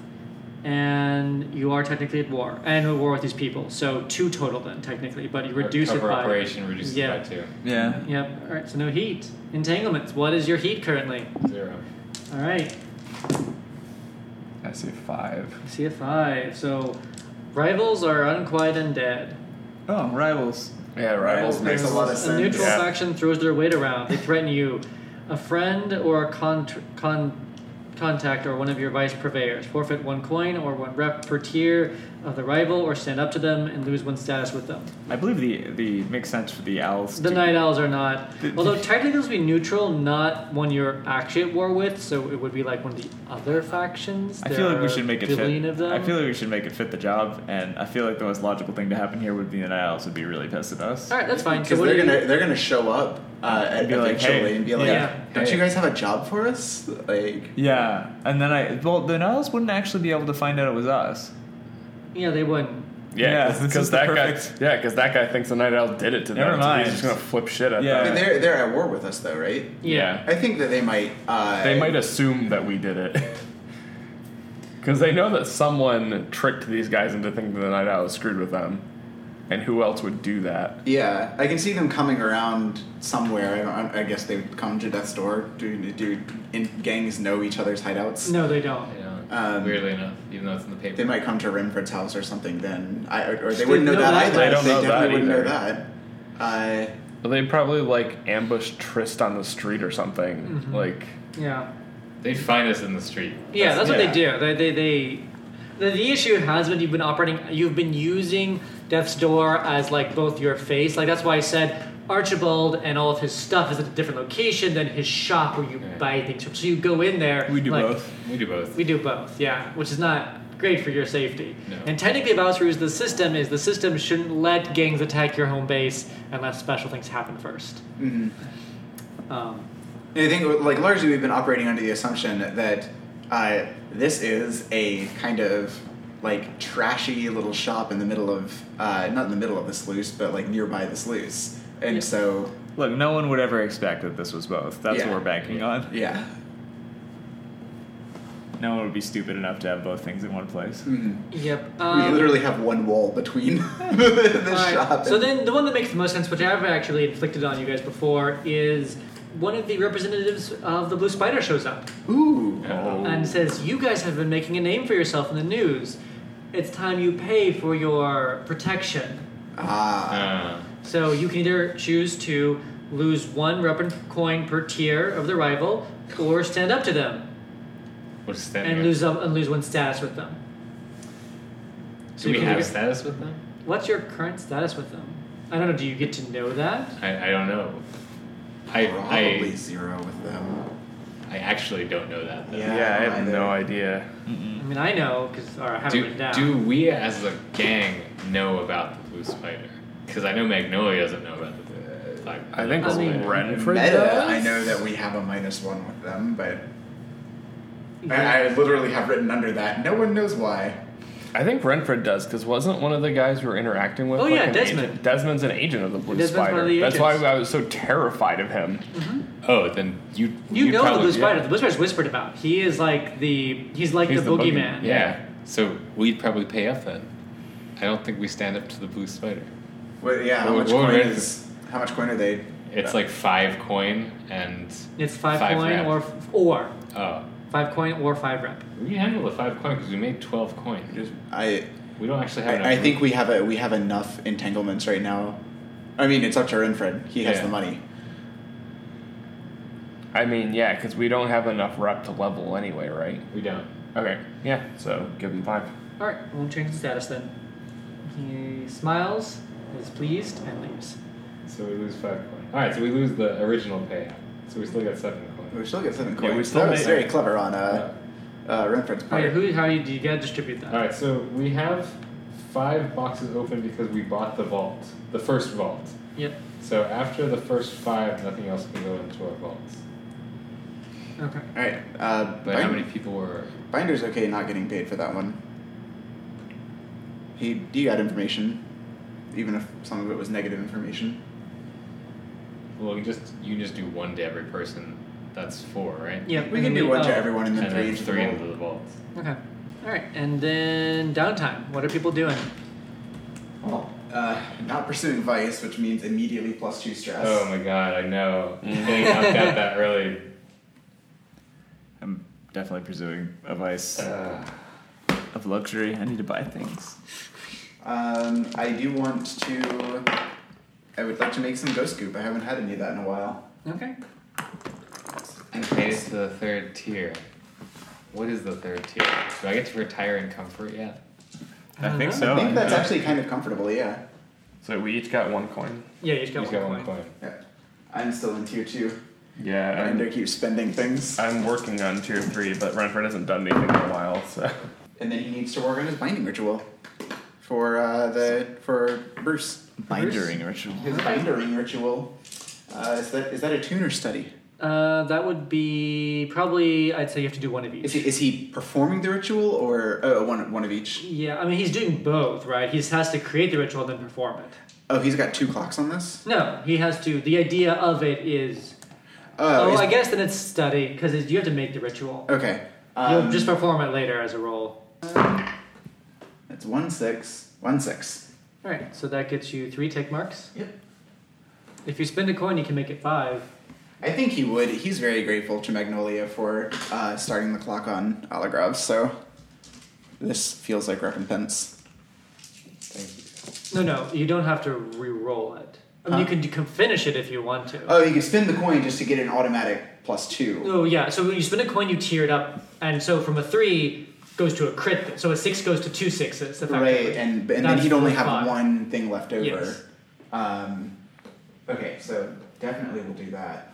[SPEAKER 5] and you are technically at war and at war with these people. So two total then technically, but you reduce it
[SPEAKER 6] cover
[SPEAKER 5] by.
[SPEAKER 6] operation reduces
[SPEAKER 5] Yeah.
[SPEAKER 6] by two.
[SPEAKER 2] Yeah.
[SPEAKER 5] Yep. All right. So no heat entanglements. What is your heat currently?
[SPEAKER 6] Zero.
[SPEAKER 5] All right.
[SPEAKER 2] I see five.
[SPEAKER 5] I See a five. So rivals are unquiet undead.
[SPEAKER 2] Oh, rivals.
[SPEAKER 4] Yeah, rivals
[SPEAKER 3] Makes a lot of
[SPEAKER 5] A
[SPEAKER 3] sense.
[SPEAKER 5] neutral
[SPEAKER 4] Yeah.
[SPEAKER 5] faction throws their weight around. They threaten you. A friend or a con- con- contact or one of your vice purveyors. Forfeit one coin or one rep per tier of the rival, or stand up to them and lose one status with them.
[SPEAKER 2] I believe the the makes sense for the owls.
[SPEAKER 5] The
[SPEAKER 2] to-
[SPEAKER 5] Night Owls are not. Although technically those would be neutral, not one you're actually at war with, so it would be like one of the other factions.
[SPEAKER 2] I feel like we should make it
[SPEAKER 5] a
[SPEAKER 2] fit.
[SPEAKER 5] Of them.
[SPEAKER 2] I feel like we should make it fit the job, and I feel like the most logical thing to happen here would be the night owls would be really pissed at us.
[SPEAKER 5] All right, that's fine. So
[SPEAKER 3] Because
[SPEAKER 5] what
[SPEAKER 3] they're
[SPEAKER 5] are you-
[SPEAKER 3] gonna they're gonna show up uh, at
[SPEAKER 2] be like,
[SPEAKER 3] eventually
[SPEAKER 2] "Hey."
[SPEAKER 3] and be like,
[SPEAKER 5] Yeah.
[SPEAKER 3] "Don't
[SPEAKER 2] Hey.
[SPEAKER 3] you guys have a job for us?" Like,
[SPEAKER 2] Yeah, and then I well the night owls wouldn't actually be able to find out it was us.
[SPEAKER 5] Yeah, they wouldn't.
[SPEAKER 2] Yeah,
[SPEAKER 4] Yeah,
[SPEAKER 2] this
[SPEAKER 4] because
[SPEAKER 2] is the
[SPEAKER 4] that
[SPEAKER 2] perfect-
[SPEAKER 4] guy. Yeah, because that guy thinks the night owl did it to
[SPEAKER 2] Never
[SPEAKER 4] them.
[SPEAKER 2] mind.
[SPEAKER 4] So he's just gonna flip shit at
[SPEAKER 3] I
[SPEAKER 2] Yeah.
[SPEAKER 3] mean,
[SPEAKER 4] them.
[SPEAKER 3] they're they're at war with us though, right?
[SPEAKER 5] Yeah.
[SPEAKER 3] I think that they might. Uh,
[SPEAKER 4] They might assume that we did it. Because they know that someone tricked these guys into thinking the night owl screwed with them, and who else would do that?
[SPEAKER 3] Yeah, I can see them coming around somewhere. I, don't, I guess they would come to Death's Door. Do do in, gangs know each other's hideouts?
[SPEAKER 5] No, they don't.
[SPEAKER 6] Yeah.
[SPEAKER 3] Um,
[SPEAKER 6] Weirdly enough, even though it's in the paper.
[SPEAKER 3] They might come to Renfred's house or something. Then I or, or they
[SPEAKER 5] They
[SPEAKER 3] wouldn't know,
[SPEAKER 5] know
[SPEAKER 3] that,
[SPEAKER 5] that.
[SPEAKER 3] either.
[SPEAKER 4] They don't
[SPEAKER 3] they
[SPEAKER 4] know
[SPEAKER 3] definitely
[SPEAKER 4] that
[SPEAKER 3] wouldn't know that. Uh,
[SPEAKER 4] Well, they probably like ambush Trist on the street or something. Like,
[SPEAKER 5] Yeah.
[SPEAKER 6] They find us in the street.
[SPEAKER 5] Yeah, that's what they
[SPEAKER 4] yeah.
[SPEAKER 5] do. They, they, they the, the issue has been you've been operating, you've been using Death's Door as like both your face. Like that's why I said Archibald and all of his stuff is at a different location than his shop where you
[SPEAKER 6] Yeah.
[SPEAKER 5] buy things from. So you go in there.
[SPEAKER 2] We do
[SPEAKER 5] like,
[SPEAKER 2] both.
[SPEAKER 6] We do both.
[SPEAKER 5] We do both, yeah, which is not great for your safety.
[SPEAKER 6] No.
[SPEAKER 5] And technically, Valsru's the system is the system shouldn't let gangs attack your home base unless special things happen 1st Um,
[SPEAKER 3] And I think, like, largely we've been operating under the assumption that uh, this is a kind of like trashy little shop in the middle of uh, not in the middle of the sluice, but like nearby the sluice. And
[SPEAKER 5] Yeah.
[SPEAKER 3] so,
[SPEAKER 2] Look, no one would ever expect that this was both. That's
[SPEAKER 3] Yeah.
[SPEAKER 2] what we're banking on.
[SPEAKER 3] yeah,
[SPEAKER 2] No one would be stupid enough to have both things in one place.
[SPEAKER 5] yep.
[SPEAKER 3] we
[SPEAKER 5] Um,
[SPEAKER 3] literally have one wall between the,
[SPEAKER 5] All right,
[SPEAKER 3] shop.
[SPEAKER 5] So
[SPEAKER 3] and-
[SPEAKER 5] then, the one that makes the most sense, which I've actually inflicted on you guys before, is one of the representatives of the Blue Spider shows up
[SPEAKER 3] ooh,
[SPEAKER 5] and says, "You guys have been making a name for yourself in the news. It's time you pay for your protection."
[SPEAKER 3] ah,
[SPEAKER 6] Uh,
[SPEAKER 5] So you can either choose to lose one rep and coin per tier of the rival, or stand up to them
[SPEAKER 6] what's standing
[SPEAKER 5] and
[SPEAKER 6] up?
[SPEAKER 5] lose up and lose one status with them. so
[SPEAKER 6] Do
[SPEAKER 5] you
[SPEAKER 6] we
[SPEAKER 5] can
[SPEAKER 6] have
[SPEAKER 5] either-
[SPEAKER 6] status with them?
[SPEAKER 5] What's your current status with them? I don't know. Do you get to know that?
[SPEAKER 6] I, I don't know. I,
[SPEAKER 3] probably
[SPEAKER 6] I
[SPEAKER 3] zero with them.
[SPEAKER 6] I actually don't know that. Though.
[SPEAKER 3] Yeah.
[SPEAKER 4] yeah, I have
[SPEAKER 3] either.
[SPEAKER 4] no idea.
[SPEAKER 5] I mean, I know because I haven't
[SPEAKER 6] Do,
[SPEAKER 5] written down.
[SPEAKER 6] do we as a gang know about the blue spider? Because I know Magnolia doesn't know about the blue spider.
[SPEAKER 4] I think
[SPEAKER 5] I mean-
[SPEAKER 4] Renfred.
[SPEAKER 3] Meta,
[SPEAKER 4] does?
[SPEAKER 3] I know that we have a minus one with them, but
[SPEAKER 5] Yeah.
[SPEAKER 3] I, I literally have written under that. No one knows why.
[SPEAKER 4] I think Renfred does because wasn't one of the guys we were interacting with?
[SPEAKER 5] Oh, yeah,
[SPEAKER 4] an
[SPEAKER 5] Desmond.
[SPEAKER 4] agent- Desmond's an agent of the Blue
[SPEAKER 5] Desmond's one of
[SPEAKER 4] Spider.
[SPEAKER 5] the
[SPEAKER 4] That's why
[SPEAKER 5] agents.
[SPEAKER 4] I was so terrified of him.
[SPEAKER 6] Oh, then you
[SPEAKER 5] You, know the
[SPEAKER 6] probably,
[SPEAKER 5] Blue
[SPEAKER 6] yeah.
[SPEAKER 5] Spider. The Blue Spider's whispered about. He is like the he's like
[SPEAKER 4] He's
[SPEAKER 5] the,
[SPEAKER 4] the
[SPEAKER 5] boogeyman.
[SPEAKER 4] boogeyman,
[SPEAKER 6] Yeah. So we'd probably pay up then. I don't think we stand up to the blue spider.
[SPEAKER 3] Well, yeah, how
[SPEAKER 6] Well,
[SPEAKER 3] much
[SPEAKER 6] well,
[SPEAKER 3] coin
[SPEAKER 6] right.
[SPEAKER 3] is how much coin are they?
[SPEAKER 6] It's like five coin and
[SPEAKER 5] It's five,
[SPEAKER 6] Five
[SPEAKER 5] coin
[SPEAKER 6] rep.
[SPEAKER 5] or f- or
[SPEAKER 6] oh,
[SPEAKER 5] five coin or five rep.
[SPEAKER 6] we can handle the five coin because we made twelve coin.
[SPEAKER 3] I
[SPEAKER 6] We don't actually have. enough
[SPEAKER 3] I, I
[SPEAKER 6] room.
[SPEAKER 3] think we have a we have enough entanglements right now. I mean, it's up to Renfred. He has
[SPEAKER 6] Yeah.
[SPEAKER 3] the money.
[SPEAKER 4] I mean, yeah, because we don't have enough rep to level anyway, right?
[SPEAKER 6] we don't.
[SPEAKER 4] Okay, yeah. So give him five.
[SPEAKER 5] All right, we'll change the status then. He smiles, is pleased, and leaves.
[SPEAKER 6] So we lose five coin. All right, so we lose the original payout. So we still got seven coin.
[SPEAKER 3] We still get seven
[SPEAKER 2] Yeah,
[SPEAKER 3] coins.
[SPEAKER 2] we still
[SPEAKER 3] that was
[SPEAKER 2] made-
[SPEAKER 3] very clever on uh, uh, Renfred's
[SPEAKER 5] Oh
[SPEAKER 3] part.
[SPEAKER 5] yeah, who? How do you, do you gotta distribute that?
[SPEAKER 6] All right, so we have five boxes open because we bought the vault, the first vault.
[SPEAKER 5] Yep.
[SPEAKER 6] So after the first five, nothing else can go into our vaults.
[SPEAKER 5] Okay.
[SPEAKER 3] All right. Uh,
[SPEAKER 6] But how
[SPEAKER 3] Bind-
[SPEAKER 6] many people were?
[SPEAKER 3] Binder's okay not getting paid for that one. He, he got information, even if some of it was negative information.
[SPEAKER 6] Well, you just you just do one to every person. That's four, right?
[SPEAKER 5] Yeah,
[SPEAKER 3] We
[SPEAKER 5] and
[SPEAKER 3] can
[SPEAKER 5] then
[SPEAKER 3] do one
[SPEAKER 5] oh,
[SPEAKER 3] to everyone and
[SPEAKER 6] And
[SPEAKER 3] then three
[SPEAKER 6] then
[SPEAKER 3] each.
[SPEAKER 6] three into
[SPEAKER 3] Three
[SPEAKER 6] the vaults.
[SPEAKER 5] Okay. All right, and then downtime. What are people doing?
[SPEAKER 3] oh, uh, not pursuing vice, which means immediately plus two stress.
[SPEAKER 6] Oh my god, I know. Getting knocked out that early.
[SPEAKER 2] I'm definitely pursuing a vice
[SPEAKER 6] Uh,
[SPEAKER 2] of luxury. I need to buy things.
[SPEAKER 3] Um, I do want to. I would like to make some ghost goop. I haven't had any of that in a while.
[SPEAKER 5] Okay.
[SPEAKER 6] I made it to the third tier. What is the third tier? Do I get to retire in comfort yet?
[SPEAKER 2] Oh, I,
[SPEAKER 5] don't
[SPEAKER 2] think
[SPEAKER 5] know.
[SPEAKER 2] so.
[SPEAKER 3] I think that's
[SPEAKER 2] yeah.
[SPEAKER 3] actually kind of comfortable. Yeah.
[SPEAKER 2] So we each got one coin.
[SPEAKER 5] Yeah, you just got
[SPEAKER 6] You
[SPEAKER 5] one
[SPEAKER 6] got
[SPEAKER 5] coin.
[SPEAKER 6] one coin.
[SPEAKER 3] yeah. I'm still in tier two.
[SPEAKER 4] Uh,
[SPEAKER 2] Yeah,
[SPEAKER 3] And I keep spending things.
[SPEAKER 2] I'm working on tier three, but Renford hasn't done anything in a while, so.
[SPEAKER 3] And then he needs to work on his binding ritual for uh, the for Bruce.
[SPEAKER 7] Bindering ritual.
[SPEAKER 3] His bindering ritual. Uh, is that is that a tuner study?
[SPEAKER 5] Uh, that would be probably. I'd say you have to do one of each.
[SPEAKER 3] Is he is he performing the ritual or oh, one one of each?
[SPEAKER 5] Yeah, I mean he's doing both, right? He has to create the ritual and then perform it.
[SPEAKER 3] Oh, he's got two clocks on this.
[SPEAKER 5] No, he has to. The idea of it is.
[SPEAKER 3] Oh,
[SPEAKER 5] Oh,
[SPEAKER 3] is-
[SPEAKER 5] I guess then it's study because you have to make the ritual.
[SPEAKER 3] okay. Um,
[SPEAKER 5] You'll just perform it later as a roll.
[SPEAKER 3] That's one six one six.
[SPEAKER 5] All right, so that gets you three tick marks.
[SPEAKER 3] Yep.
[SPEAKER 5] If you spend a coin, you can make it five.
[SPEAKER 3] I think he would. He's very grateful to Magnolia for uh, starting the clock on Olagrov, so this feels like recompense.
[SPEAKER 6] Thank you.
[SPEAKER 5] No, no, you don't have to re-roll it. I mean,
[SPEAKER 3] Huh?
[SPEAKER 5] you can, you can finish it if you want to.
[SPEAKER 3] Oh, you can spin the coin just to get an automatic plus two.
[SPEAKER 5] oh yeah, so when you spend a coin, you tier it up, and so from a three goes to a crit. So a six goes to two sixes.
[SPEAKER 3] Right,
[SPEAKER 5] Effectively.
[SPEAKER 3] and, and then
[SPEAKER 5] That's
[SPEAKER 3] he'd only have
[SPEAKER 5] five.
[SPEAKER 3] one thing left over.
[SPEAKER 5] Yes.
[SPEAKER 3] Um, okay, so definitely we'll do that.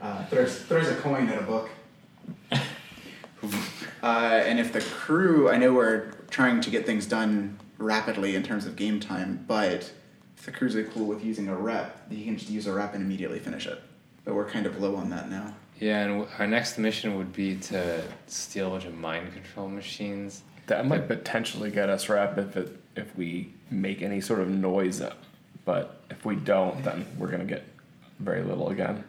[SPEAKER 3] Uh, there's there's a coin in a book. uh, and if the crew, I know we're trying to get things done rapidly in terms of game time, but if the crew's cool with using a rep, you can just use a rep and immediately finish it. But we're kind of low on that now.
[SPEAKER 6] Yeah, and w- our next mission would be to steal a bunch of mind control machines.
[SPEAKER 2] That might potentially get us wrapped if it if we make any sort of noise, up. but if we don't, then we're gonna get very little again.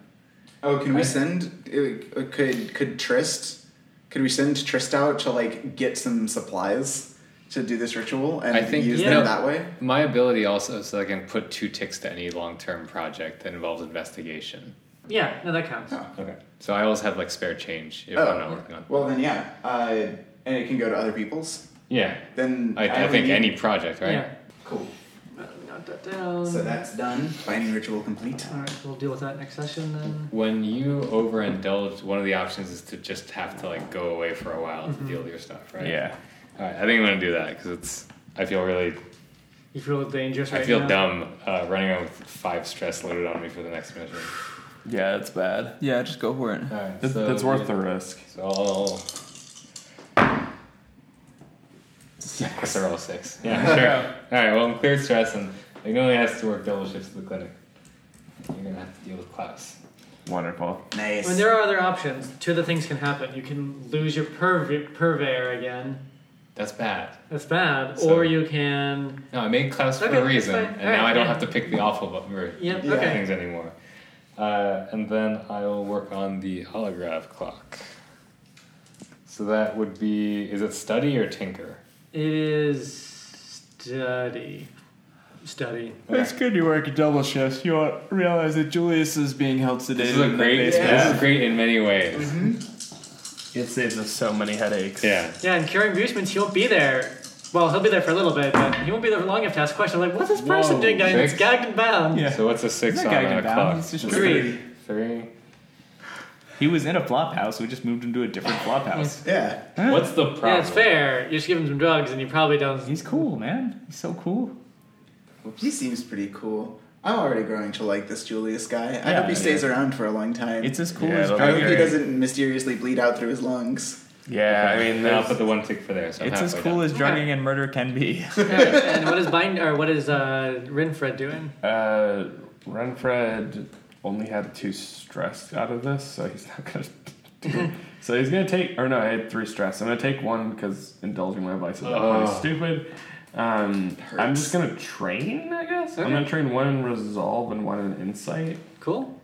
[SPEAKER 3] Oh, can we send? uh, Could could Trist? Could we send Trist out to like get some supplies to do this ritual and
[SPEAKER 6] I think-
[SPEAKER 3] use
[SPEAKER 5] yeah.
[SPEAKER 3] them that way?
[SPEAKER 6] My ability also is that I can put two ticks to any long term project that involves investigation.
[SPEAKER 5] yeah, no, that counts.
[SPEAKER 3] Oh.
[SPEAKER 6] Okay. So I always have like spare change if
[SPEAKER 3] Oh,
[SPEAKER 6] I'm not working on.
[SPEAKER 3] well then, yeah. Uh, and it can go to other people's.
[SPEAKER 6] Yeah.
[SPEAKER 3] Then
[SPEAKER 6] I, I
[SPEAKER 3] would
[SPEAKER 6] think
[SPEAKER 3] need-
[SPEAKER 6] any project, right?
[SPEAKER 5] Yeah.
[SPEAKER 3] Cool.
[SPEAKER 5] Uh, Note that down.
[SPEAKER 3] So that's done. Binding ritual complete.
[SPEAKER 5] All right, we'll deal with that next session then.
[SPEAKER 6] When you overindulge, one of the options is to just have to like go away for a while to deal with your stuff, right?
[SPEAKER 2] Yeah.
[SPEAKER 6] All right. I think I'm gonna do that because it's. I feel really.
[SPEAKER 5] You feel dangerous right
[SPEAKER 6] I feel
[SPEAKER 5] now?
[SPEAKER 6] dumb uh, running around with five stress loaded on me for the next mission.
[SPEAKER 2] Yeah, it's bad.
[SPEAKER 7] Yeah, just go for it.
[SPEAKER 6] All right.
[SPEAKER 2] It's, it's worth the risk.
[SPEAKER 6] So I'll. Six. They're all six. Yeah, sure. all right, well, I'm clear stress, and Magnolia has to work double shifts to the clinic. You're going to have to deal with Klaus.
[SPEAKER 2] Wonderful.
[SPEAKER 5] I mean,
[SPEAKER 3] Nice.
[SPEAKER 5] there are other options. Two other things can happen. You can lose your purve- purveyor again.
[SPEAKER 6] That's bad.
[SPEAKER 5] That's bad.
[SPEAKER 6] So-
[SPEAKER 5] or you can.
[SPEAKER 6] No, I made Klaus for
[SPEAKER 5] Okay,
[SPEAKER 6] a reason,
[SPEAKER 5] fine.
[SPEAKER 6] and
[SPEAKER 5] All
[SPEAKER 6] now
[SPEAKER 5] right,
[SPEAKER 6] I don't
[SPEAKER 5] yeah.
[SPEAKER 6] have to pick the awful button
[SPEAKER 5] Yep,
[SPEAKER 3] Yeah.
[SPEAKER 5] okay.
[SPEAKER 6] things anymore. Uh, and then I'll work on the holograph clock. So that would be is it study or tinker?
[SPEAKER 5] It is study. Study.
[SPEAKER 2] It's good you work double shifts. You won't realize that Julius is being held sedated.
[SPEAKER 6] This is a
[SPEAKER 2] in the
[SPEAKER 6] great.
[SPEAKER 2] basement.
[SPEAKER 6] This is great in many ways.
[SPEAKER 5] Mm-hmm.
[SPEAKER 2] It saves us so many headaches.
[SPEAKER 6] Yeah.
[SPEAKER 5] Yeah, and curing Bushmans, he won't be there. Well, he'll be there for a little bit, but he won't be there for long enough to ask questions like, what's this person
[SPEAKER 6] Whoa,
[SPEAKER 5] doing down here? It's
[SPEAKER 6] six.
[SPEAKER 5] gagged and bound.
[SPEAKER 2] Yeah.
[SPEAKER 6] So what's a six
[SPEAKER 2] That
[SPEAKER 6] on
[SPEAKER 2] guy
[SPEAKER 6] a
[SPEAKER 2] can
[SPEAKER 6] clock?
[SPEAKER 2] balance. It's just
[SPEAKER 5] Three.
[SPEAKER 6] Three.
[SPEAKER 2] He was in a flop house. We just moved him to a different flop house.
[SPEAKER 3] Yeah.
[SPEAKER 6] What's the problem?
[SPEAKER 5] Yeah, it's fair. You just give him some drugs, and you probably don't.
[SPEAKER 2] He's cool, man. He's so cool.
[SPEAKER 3] He seems pretty cool. I'm already growing to like this Julius guy. I
[SPEAKER 2] Yeah,
[SPEAKER 3] hope he stays around for a long time.
[SPEAKER 2] It's as cool
[SPEAKER 4] Yeah,
[SPEAKER 2] as
[SPEAKER 4] it'll
[SPEAKER 3] I
[SPEAKER 2] Dragon.
[SPEAKER 3] hope he
[SPEAKER 4] Great.
[SPEAKER 3] doesn't mysteriously bleed out through his lungs.
[SPEAKER 4] Yeah, I mean,
[SPEAKER 6] I'll
[SPEAKER 4] there's,
[SPEAKER 6] put the one tick for there. So I'm
[SPEAKER 2] It's as
[SPEAKER 6] halfway
[SPEAKER 2] cool
[SPEAKER 6] done.
[SPEAKER 2] as drugging and murder can be.
[SPEAKER 5] and what is Bind or what is uh, Rinfred doing?
[SPEAKER 4] uh, Renfred only had two stress out of this, so he's not gonna. do- so he's gonna take, or no, I had three stress. I'm gonna take one because indulging my vice at that point is
[SPEAKER 6] Ugh.
[SPEAKER 4] stupid. Um, I'm just gonna train, I guess. I'm gonna train one in resolve and one in insight.
[SPEAKER 5] Cool.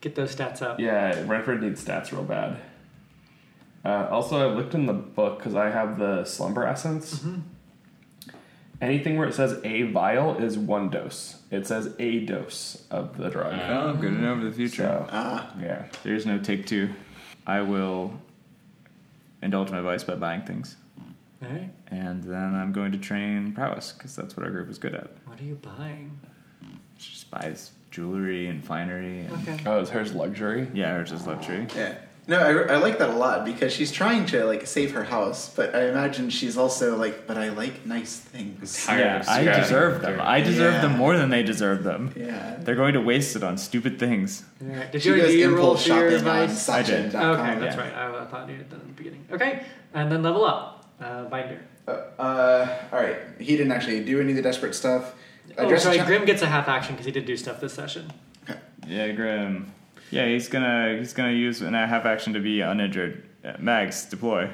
[SPEAKER 5] Get those stats up.
[SPEAKER 4] Yeah, Renford needs stats real bad. Uh, also, I looked in the book because I have the slumber essence. Anything where it says a vial is one dose. It says a dose of the drug.
[SPEAKER 2] oh, good enough for the future.
[SPEAKER 4] so
[SPEAKER 3] Ah,
[SPEAKER 4] yeah,
[SPEAKER 2] There's no take two. I will indulge my vice by buying things.
[SPEAKER 5] All right.
[SPEAKER 2] And then I'm going to train prowess because that's what our group is good at.
[SPEAKER 5] What are you buying?
[SPEAKER 2] She just buys jewelry and finery. And,
[SPEAKER 5] Okay.
[SPEAKER 4] oh, is hers luxury?
[SPEAKER 2] Yeah, or just luxury.
[SPEAKER 3] yeah. No, I, I like that a lot because she's trying to like save her house, but I imagine she's also like, but I like nice things.
[SPEAKER 6] Tired
[SPEAKER 2] Yeah,
[SPEAKER 6] of
[SPEAKER 2] I
[SPEAKER 6] scrapping
[SPEAKER 2] deserve them.
[SPEAKER 6] dirt.
[SPEAKER 2] I deserve
[SPEAKER 3] Yeah.
[SPEAKER 2] them more than they deserve them.
[SPEAKER 3] Yeah.
[SPEAKER 2] They're going to waste it on stupid things.
[SPEAKER 5] All right. Did
[SPEAKER 3] She
[SPEAKER 5] you
[SPEAKER 3] goes
[SPEAKER 5] do your roll
[SPEAKER 3] impulse
[SPEAKER 5] for your
[SPEAKER 3] shopping on
[SPEAKER 5] advice?
[SPEAKER 2] I did.
[SPEAKER 3] Sachin.com.
[SPEAKER 5] Okay, that's
[SPEAKER 2] yeah.
[SPEAKER 5] right. I, I thought you did that at the beginning. Okay, and then level up, uh, binder.
[SPEAKER 3] Uh, all right. He didn't actually do any of the desperate stuff.
[SPEAKER 5] Oh,
[SPEAKER 3] Address a
[SPEAKER 5] sorry.
[SPEAKER 3] chi-
[SPEAKER 5] Grim gets a half action because he did do stuff this session.
[SPEAKER 2] Yeah, Grim. Yeah, he's gonna he's gonna use an a half action to be uninjured. Uh, Mags, deploy.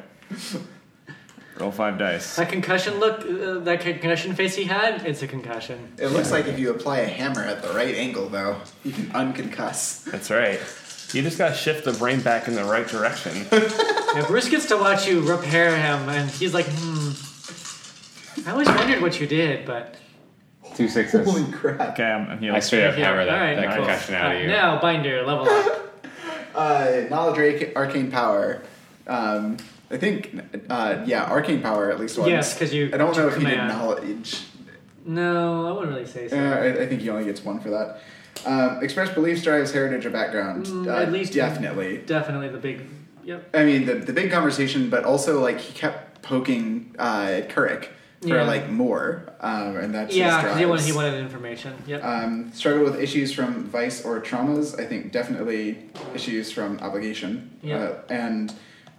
[SPEAKER 2] Roll five dice.
[SPEAKER 5] That concussion look, uh, that concussion face he had, it's a concussion.
[SPEAKER 3] It looks like if you apply a hammer at the right angle, though, you can unconcuss.
[SPEAKER 4] That's right. You just gotta shift the brain back in the right direction.
[SPEAKER 5] Now Bruce gets to watch you repair him, and he's like, hmm. I always wondered what you did, but
[SPEAKER 6] Two sixes.
[SPEAKER 3] Holy crap.
[SPEAKER 2] Okay, I'm, I'm healed.
[SPEAKER 6] I straight up hammer that,
[SPEAKER 5] Alright,
[SPEAKER 6] that
[SPEAKER 5] cool.
[SPEAKER 6] concussion out of you.
[SPEAKER 5] Now binder level up.
[SPEAKER 3] Uh, knowledge arc- arcane power. Um, I think, uh, yeah, arcane power at least once.
[SPEAKER 5] Yes, 'cause you
[SPEAKER 3] I don't know if he did
[SPEAKER 5] command.
[SPEAKER 3] knowledge.
[SPEAKER 5] no, I wouldn't really say so.
[SPEAKER 3] Uh, I, I think he only gets one for that. Um, express beliefs, drives, heritage, or background.
[SPEAKER 5] Mm,
[SPEAKER 3] uh,
[SPEAKER 5] at least-
[SPEAKER 3] definitely.
[SPEAKER 5] Definitely the big. Yep.
[SPEAKER 3] I mean, the the big conversation, but also like he kept poking uh, Couric for
[SPEAKER 5] Yeah.
[SPEAKER 3] like more, um, and that's his
[SPEAKER 5] Yeah, 'cause he wanted
[SPEAKER 3] drives.
[SPEAKER 5] he wanted information. Yep.
[SPEAKER 3] Um, struggle with issues from vice or traumas. I think definitely issues from obligation.
[SPEAKER 5] Yeah.
[SPEAKER 3] Uh, and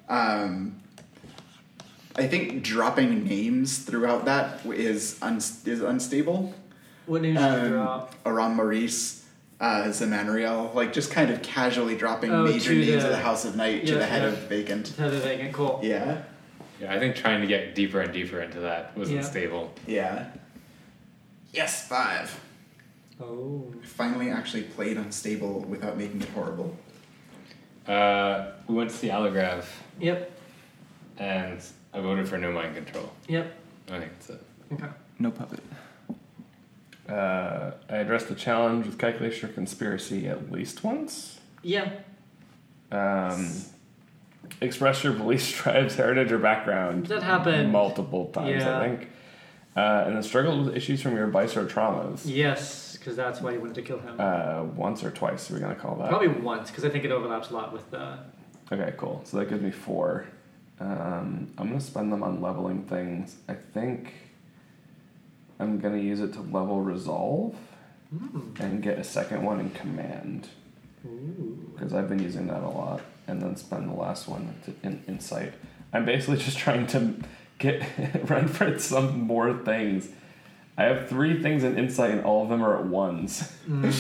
[SPEAKER 3] um, I think dropping names throughout that is uns is unstable.
[SPEAKER 5] what news did you
[SPEAKER 3] Um,
[SPEAKER 5] drop?
[SPEAKER 3] Aram Maurice, uh, Zemanriel, like just kind of casually dropping
[SPEAKER 5] Oh,
[SPEAKER 3] major
[SPEAKER 5] to
[SPEAKER 3] names of
[SPEAKER 5] the-
[SPEAKER 3] the House of Night to
[SPEAKER 5] Yeah,
[SPEAKER 3] the head
[SPEAKER 5] yeah.
[SPEAKER 3] of Vacant.
[SPEAKER 5] Tether vacant. Cool.
[SPEAKER 3] Yeah,
[SPEAKER 6] Yeah, I think trying to get deeper and deeper into that was
[SPEAKER 5] Yeah.
[SPEAKER 6] unstable.
[SPEAKER 3] yeah. Yes, five.
[SPEAKER 5] Oh.
[SPEAKER 3] Finally, actually played unstable without making it horrible.
[SPEAKER 6] Uh, we went to see Allograv,
[SPEAKER 5] Yep.
[SPEAKER 6] and I voted for no mind control.
[SPEAKER 5] Yep.
[SPEAKER 6] I think that's it.
[SPEAKER 5] Okay.
[SPEAKER 2] No puppet.
[SPEAKER 4] Uh, I addressed the challenge with calculation or conspiracy at least once.
[SPEAKER 5] Yeah.
[SPEAKER 4] Um, express your beliefs, tribes, heritage, or background.
[SPEAKER 5] That happened.
[SPEAKER 4] multiple times,
[SPEAKER 5] Yeah.
[SPEAKER 4] I think. Uh, and then struggled with issues from your vice or traumas
[SPEAKER 5] Yes, because that's why you wanted to kill him.
[SPEAKER 4] uh, once or twice. We're gonna call that.
[SPEAKER 5] Probably once, because I think it overlaps a lot with the.
[SPEAKER 4] Okay, cool. So that gives me four. Um, I'm gonna spend them on leveling things. I think I'm gonna use it to level resolve and get a second one in command because I've been using that a lot, and then spend the last one to, in insight. I'm basically just trying to get Renfred some more things. I have three things in insight, and all of them are at ones.
[SPEAKER 5] Mm.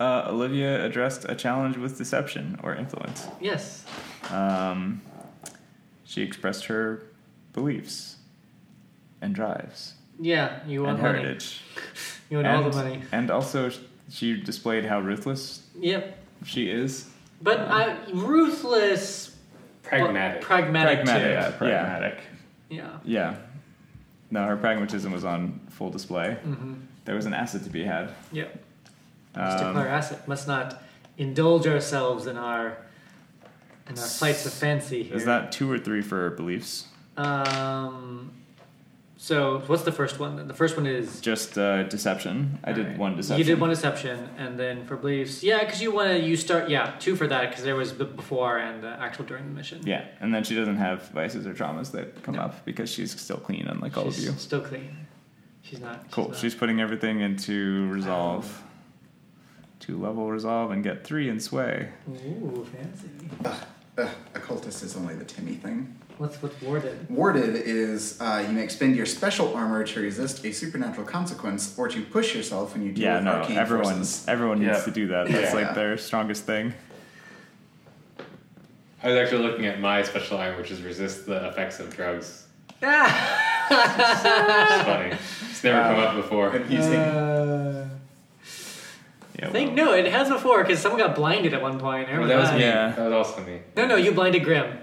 [SPEAKER 2] Uh, Olivia addressed a challenge with deception or influence.
[SPEAKER 5] Yes.
[SPEAKER 2] Um, she expressed her beliefs and drives
[SPEAKER 5] Yeah, you want
[SPEAKER 2] and
[SPEAKER 5] money.
[SPEAKER 2] heritage.
[SPEAKER 5] You want all
[SPEAKER 2] and,
[SPEAKER 5] the money.
[SPEAKER 2] and also, sh- she displayed how ruthless
[SPEAKER 5] Yep.
[SPEAKER 2] she is.
[SPEAKER 5] But I, ruthless. well,
[SPEAKER 6] Pragmatic.
[SPEAKER 5] pragmatic.
[SPEAKER 2] Pragmatic.
[SPEAKER 5] Too.
[SPEAKER 4] Yeah, pragmatic.
[SPEAKER 5] Yeah.
[SPEAKER 2] Yeah. No, her pragmatism was on full display.
[SPEAKER 5] Mm-hmm.
[SPEAKER 2] There was an asset to be had.
[SPEAKER 5] Yep. Must declare
[SPEAKER 2] Um,
[SPEAKER 5] asset. Must not indulge ourselves in our in our flights of fancy here.
[SPEAKER 2] is that two or three for beliefs?
[SPEAKER 5] Um, So what's the first one? then? The first one is
[SPEAKER 2] Just uh, deception. I did
[SPEAKER 5] Alright.
[SPEAKER 2] one deception.
[SPEAKER 5] You did one deception, and then for beliefs, yeah, because you want to you start yeah two for that because there was the before and the actual during the mission.
[SPEAKER 2] Yeah, and then she doesn't have vices or traumas that come up because she's still clean, unlike all of
[SPEAKER 5] She's
[SPEAKER 2] you.
[SPEAKER 5] Still clean. She's not. She's
[SPEAKER 2] Cool.
[SPEAKER 5] Not. Um,
[SPEAKER 2] She's putting everything into resolve. Two level resolve and get three in sway.
[SPEAKER 5] Ooh, fancy.
[SPEAKER 3] Ugh, occultist is only the Timmy thing.
[SPEAKER 5] What's what's warded?
[SPEAKER 3] Warded is uh, you may expend your special armor to resist a supernatural consequence or to push yourself when you deal
[SPEAKER 2] Yeah,
[SPEAKER 3] with
[SPEAKER 2] no,
[SPEAKER 3] arcane
[SPEAKER 2] everyone
[SPEAKER 3] forces.
[SPEAKER 2] everyone needs
[SPEAKER 4] Yeah.
[SPEAKER 2] to do that. That's
[SPEAKER 3] Yeah.
[SPEAKER 2] like their strongest thing.
[SPEAKER 6] I was actually looking at my special iron, which is resist the effects of drugs.
[SPEAKER 5] Ah!
[SPEAKER 6] it's funny. It's never come up before.
[SPEAKER 3] Confusing.
[SPEAKER 5] Uh,
[SPEAKER 2] Yeah,
[SPEAKER 5] I think no, it has before because someone got blinded at one point. I
[SPEAKER 6] Well,
[SPEAKER 5] remember
[SPEAKER 6] Oh, that was me.
[SPEAKER 2] Yeah.
[SPEAKER 6] That was also me.
[SPEAKER 5] No, no, you blinded Grim.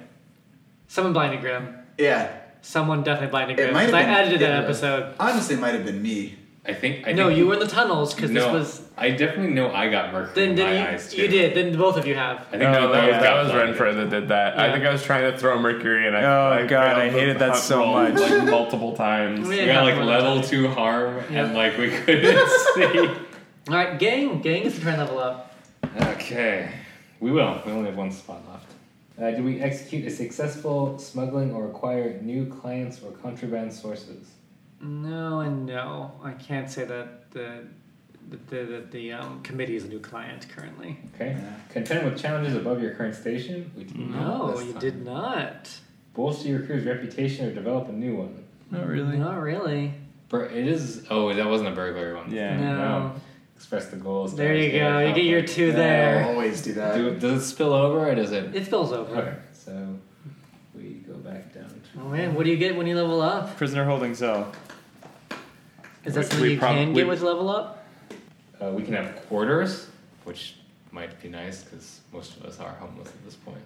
[SPEAKER 5] Someone blinded Grim.
[SPEAKER 3] yeah,
[SPEAKER 5] Someone definitely blinded Grim.
[SPEAKER 3] might have
[SPEAKER 5] 'cause I
[SPEAKER 3] been-
[SPEAKER 5] edited
[SPEAKER 3] it
[SPEAKER 5] that
[SPEAKER 3] was.
[SPEAKER 5] episode.
[SPEAKER 3] honestly, it might have been me.
[SPEAKER 6] I think. I
[SPEAKER 5] No,
[SPEAKER 6] think,
[SPEAKER 5] you were in the tunnels because
[SPEAKER 6] no,
[SPEAKER 5] this was.
[SPEAKER 6] I definitely know I got mercury
[SPEAKER 5] Then,
[SPEAKER 6] in
[SPEAKER 5] then
[SPEAKER 6] my
[SPEAKER 5] you,
[SPEAKER 6] eyes too.
[SPEAKER 5] you did. Then both of you have.
[SPEAKER 6] I think
[SPEAKER 8] No, that
[SPEAKER 6] I
[SPEAKER 8] was, that
[SPEAKER 6] got
[SPEAKER 8] was
[SPEAKER 6] blinded.
[SPEAKER 8] Renfro that did that.
[SPEAKER 5] Yeah.
[SPEAKER 8] I think I was trying to throw Mercury and I.
[SPEAKER 2] Oh,
[SPEAKER 8] I
[SPEAKER 2] God,
[SPEAKER 8] failed
[SPEAKER 2] I
[SPEAKER 8] the
[SPEAKER 2] hated that
[SPEAKER 8] hunt
[SPEAKER 2] so
[SPEAKER 8] roll,
[SPEAKER 2] much.
[SPEAKER 8] Like multiple times.
[SPEAKER 5] We
[SPEAKER 6] We got like
[SPEAKER 5] one
[SPEAKER 6] level
[SPEAKER 5] time.
[SPEAKER 6] two harm,
[SPEAKER 5] Yeah.
[SPEAKER 6] and like we couldn't see.
[SPEAKER 5] All right, gang, gang is trying to level up.
[SPEAKER 6] Okay, we will. We only have one spot left. Uh, do we execute a successful smuggling or acquire new clients or contraband sources?
[SPEAKER 5] No and no. I can't say that the the the, the um, committee is a new client currently.
[SPEAKER 6] Okay. Contend with challenges above your current station. We did not
[SPEAKER 5] No,
[SPEAKER 6] this
[SPEAKER 5] you
[SPEAKER 6] time.
[SPEAKER 5] did not.
[SPEAKER 6] Bolster your crew's reputation or develop a new one.
[SPEAKER 2] Not really.
[SPEAKER 5] Not really.
[SPEAKER 6] Bur- it is. Oh, that wasn't a burglary one.
[SPEAKER 2] Yeah.
[SPEAKER 5] No.
[SPEAKER 6] Express the goals.
[SPEAKER 5] There you go. You get your two
[SPEAKER 3] I
[SPEAKER 5] there.
[SPEAKER 3] always do that.
[SPEAKER 6] Do, does it spill over or does it?
[SPEAKER 5] It spills over.
[SPEAKER 6] Okay. So we go back down. to-
[SPEAKER 5] Oh man, what do you get when you level up?
[SPEAKER 2] Prisoner holding cell.
[SPEAKER 5] Is that
[SPEAKER 6] We-
[SPEAKER 5] something
[SPEAKER 6] we
[SPEAKER 5] you
[SPEAKER 6] prob-
[SPEAKER 5] can
[SPEAKER 6] we-
[SPEAKER 5] get with level up?
[SPEAKER 6] Uh, we can have quarters, which might be nice because most of us are homeless at this point.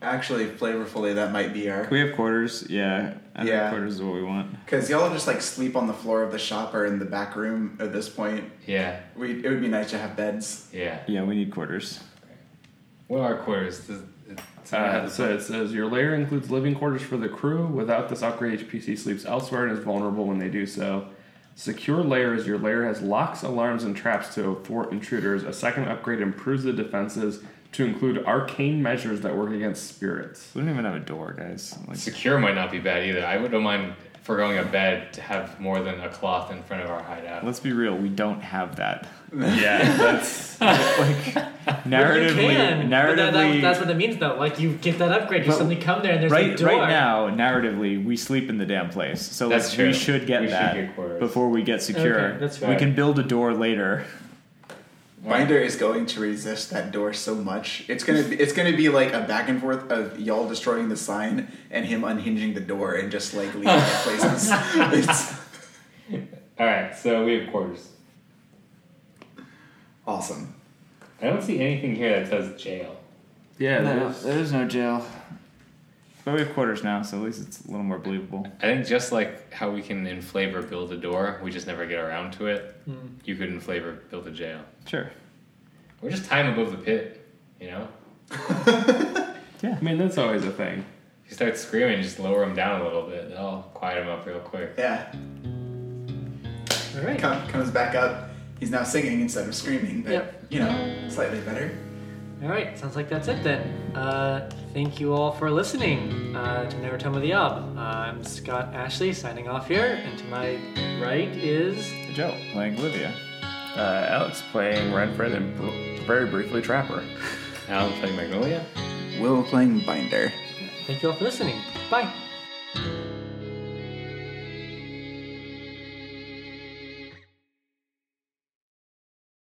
[SPEAKER 3] Actually, flavorfully, that might be our.
[SPEAKER 2] Can we have quarters? Yeah. I think
[SPEAKER 3] Yeah.
[SPEAKER 2] quarters is what we want.
[SPEAKER 3] Because y'all just like sleep on the floor of the shop or in the back room at this point.
[SPEAKER 6] Yeah,
[SPEAKER 3] We, it would be nice to have beds.
[SPEAKER 6] yeah.
[SPEAKER 2] Yeah, we need quarters.
[SPEAKER 6] What are quarters? Does, does it
[SPEAKER 8] Uh,
[SPEAKER 6] have
[SPEAKER 8] so it says your lair includes living quarters for the crew. Without this upgrade, HPC sleeps elsewhere and is vulnerable when they do so. Secure lair is your lair has locks, alarms, and traps to thwart intruders. A second upgrade improves the defenses to include arcane measures that work against spirits.
[SPEAKER 2] We don't even have a door, guys. Like,
[SPEAKER 6] Secure might not be bad either. I wouldn't mind foregoing a bed to have more than a cloth in front of our hideout.
[SPEAKER 2] let's be real. We don't have that.
[SPEAKER 8] Yeah, that's
[SPEAKER 2] Narratively,
[SPEAKER 5] you can. but that- that-
[SPEAKER 2] narratively,
[SPEAKER 5] that's what it means though. Like you get that upgrade, you
[SPEAKER 2] But
[SPEAKER 5] suddenly come there and there's a
[SPEAKER 2] right,
[SPEAKER 5] door.
[SPEAKER 2] right now, narratively, we sleep in the damn place. So like,
[SPEAKER 6] That's
[SPEAKER 2] we
[SPEAKER 6] true.
[SPEAKER 2] should get
[SPEAKER 6] We should
[SPEAKER 2] that
[SPEAKER 6] get quarters.
[SPEAKER 2] before we get secure.
[SPEAKER 5] Okay, that's
[SPEAKER 2] We
[SPEAKER 5] fair.
[SPEAKER 2] can build a door later.
[SPEAKER 3] Binder is going to resist that door so much. It's gonna be, it's gonna be like a back and forth of y'all destroying the sign and him unhinging the door and just like leaving the places. It's
[SPEAKER 6] All right, so we have quarters.
[SPEAKER 3] awesome.
[SPEAKER 6] I don't see anything here that says jail.
[SPEAKER 8] yeah. that is-
[SPEAKER 2] there is no jail. But we have quarters now, so at least it's a little more believable.
[SPEAKER 6] I think just like how we can in flavor build a door, we just never get around to it. You could in flavor build a jail.
[SPEAKER 2] Sure.
[SPEAKER 6] We're just time above the pit, you know.
[SPEAKER 8] I mean, that's always a thing.
[SPEAKER 6] You start screaming, just lower them down a little bit. That'll quiet them up real quick.
[SPEAKER 3] Yeah,
[SPEAKER 5] All right.
[SPEAKER 3] Com- comes back up. He's now singing instead of screaming, but
[SPEAKER 5] Yep.
[SPEAKER 3] you know, slightly better.
[SPEAKER 5] All right, sounds like that's it then. Uh, thank you all for listening uh, to Never Tell Me the Ob. Uh, I'm Scott Ashley signing off here, and to my right is
[SPEAKER 2] Joe playing Olivia.
[SPEAKER 8] Uh, Alex playing Renfred and br- very briefly Trapper.
[SPEAKER 6] Now I'm playing Magnolia.
[SPEAKER 3] Will playing Binder.
[SPEAKER 5] thank you all for listening. Bye.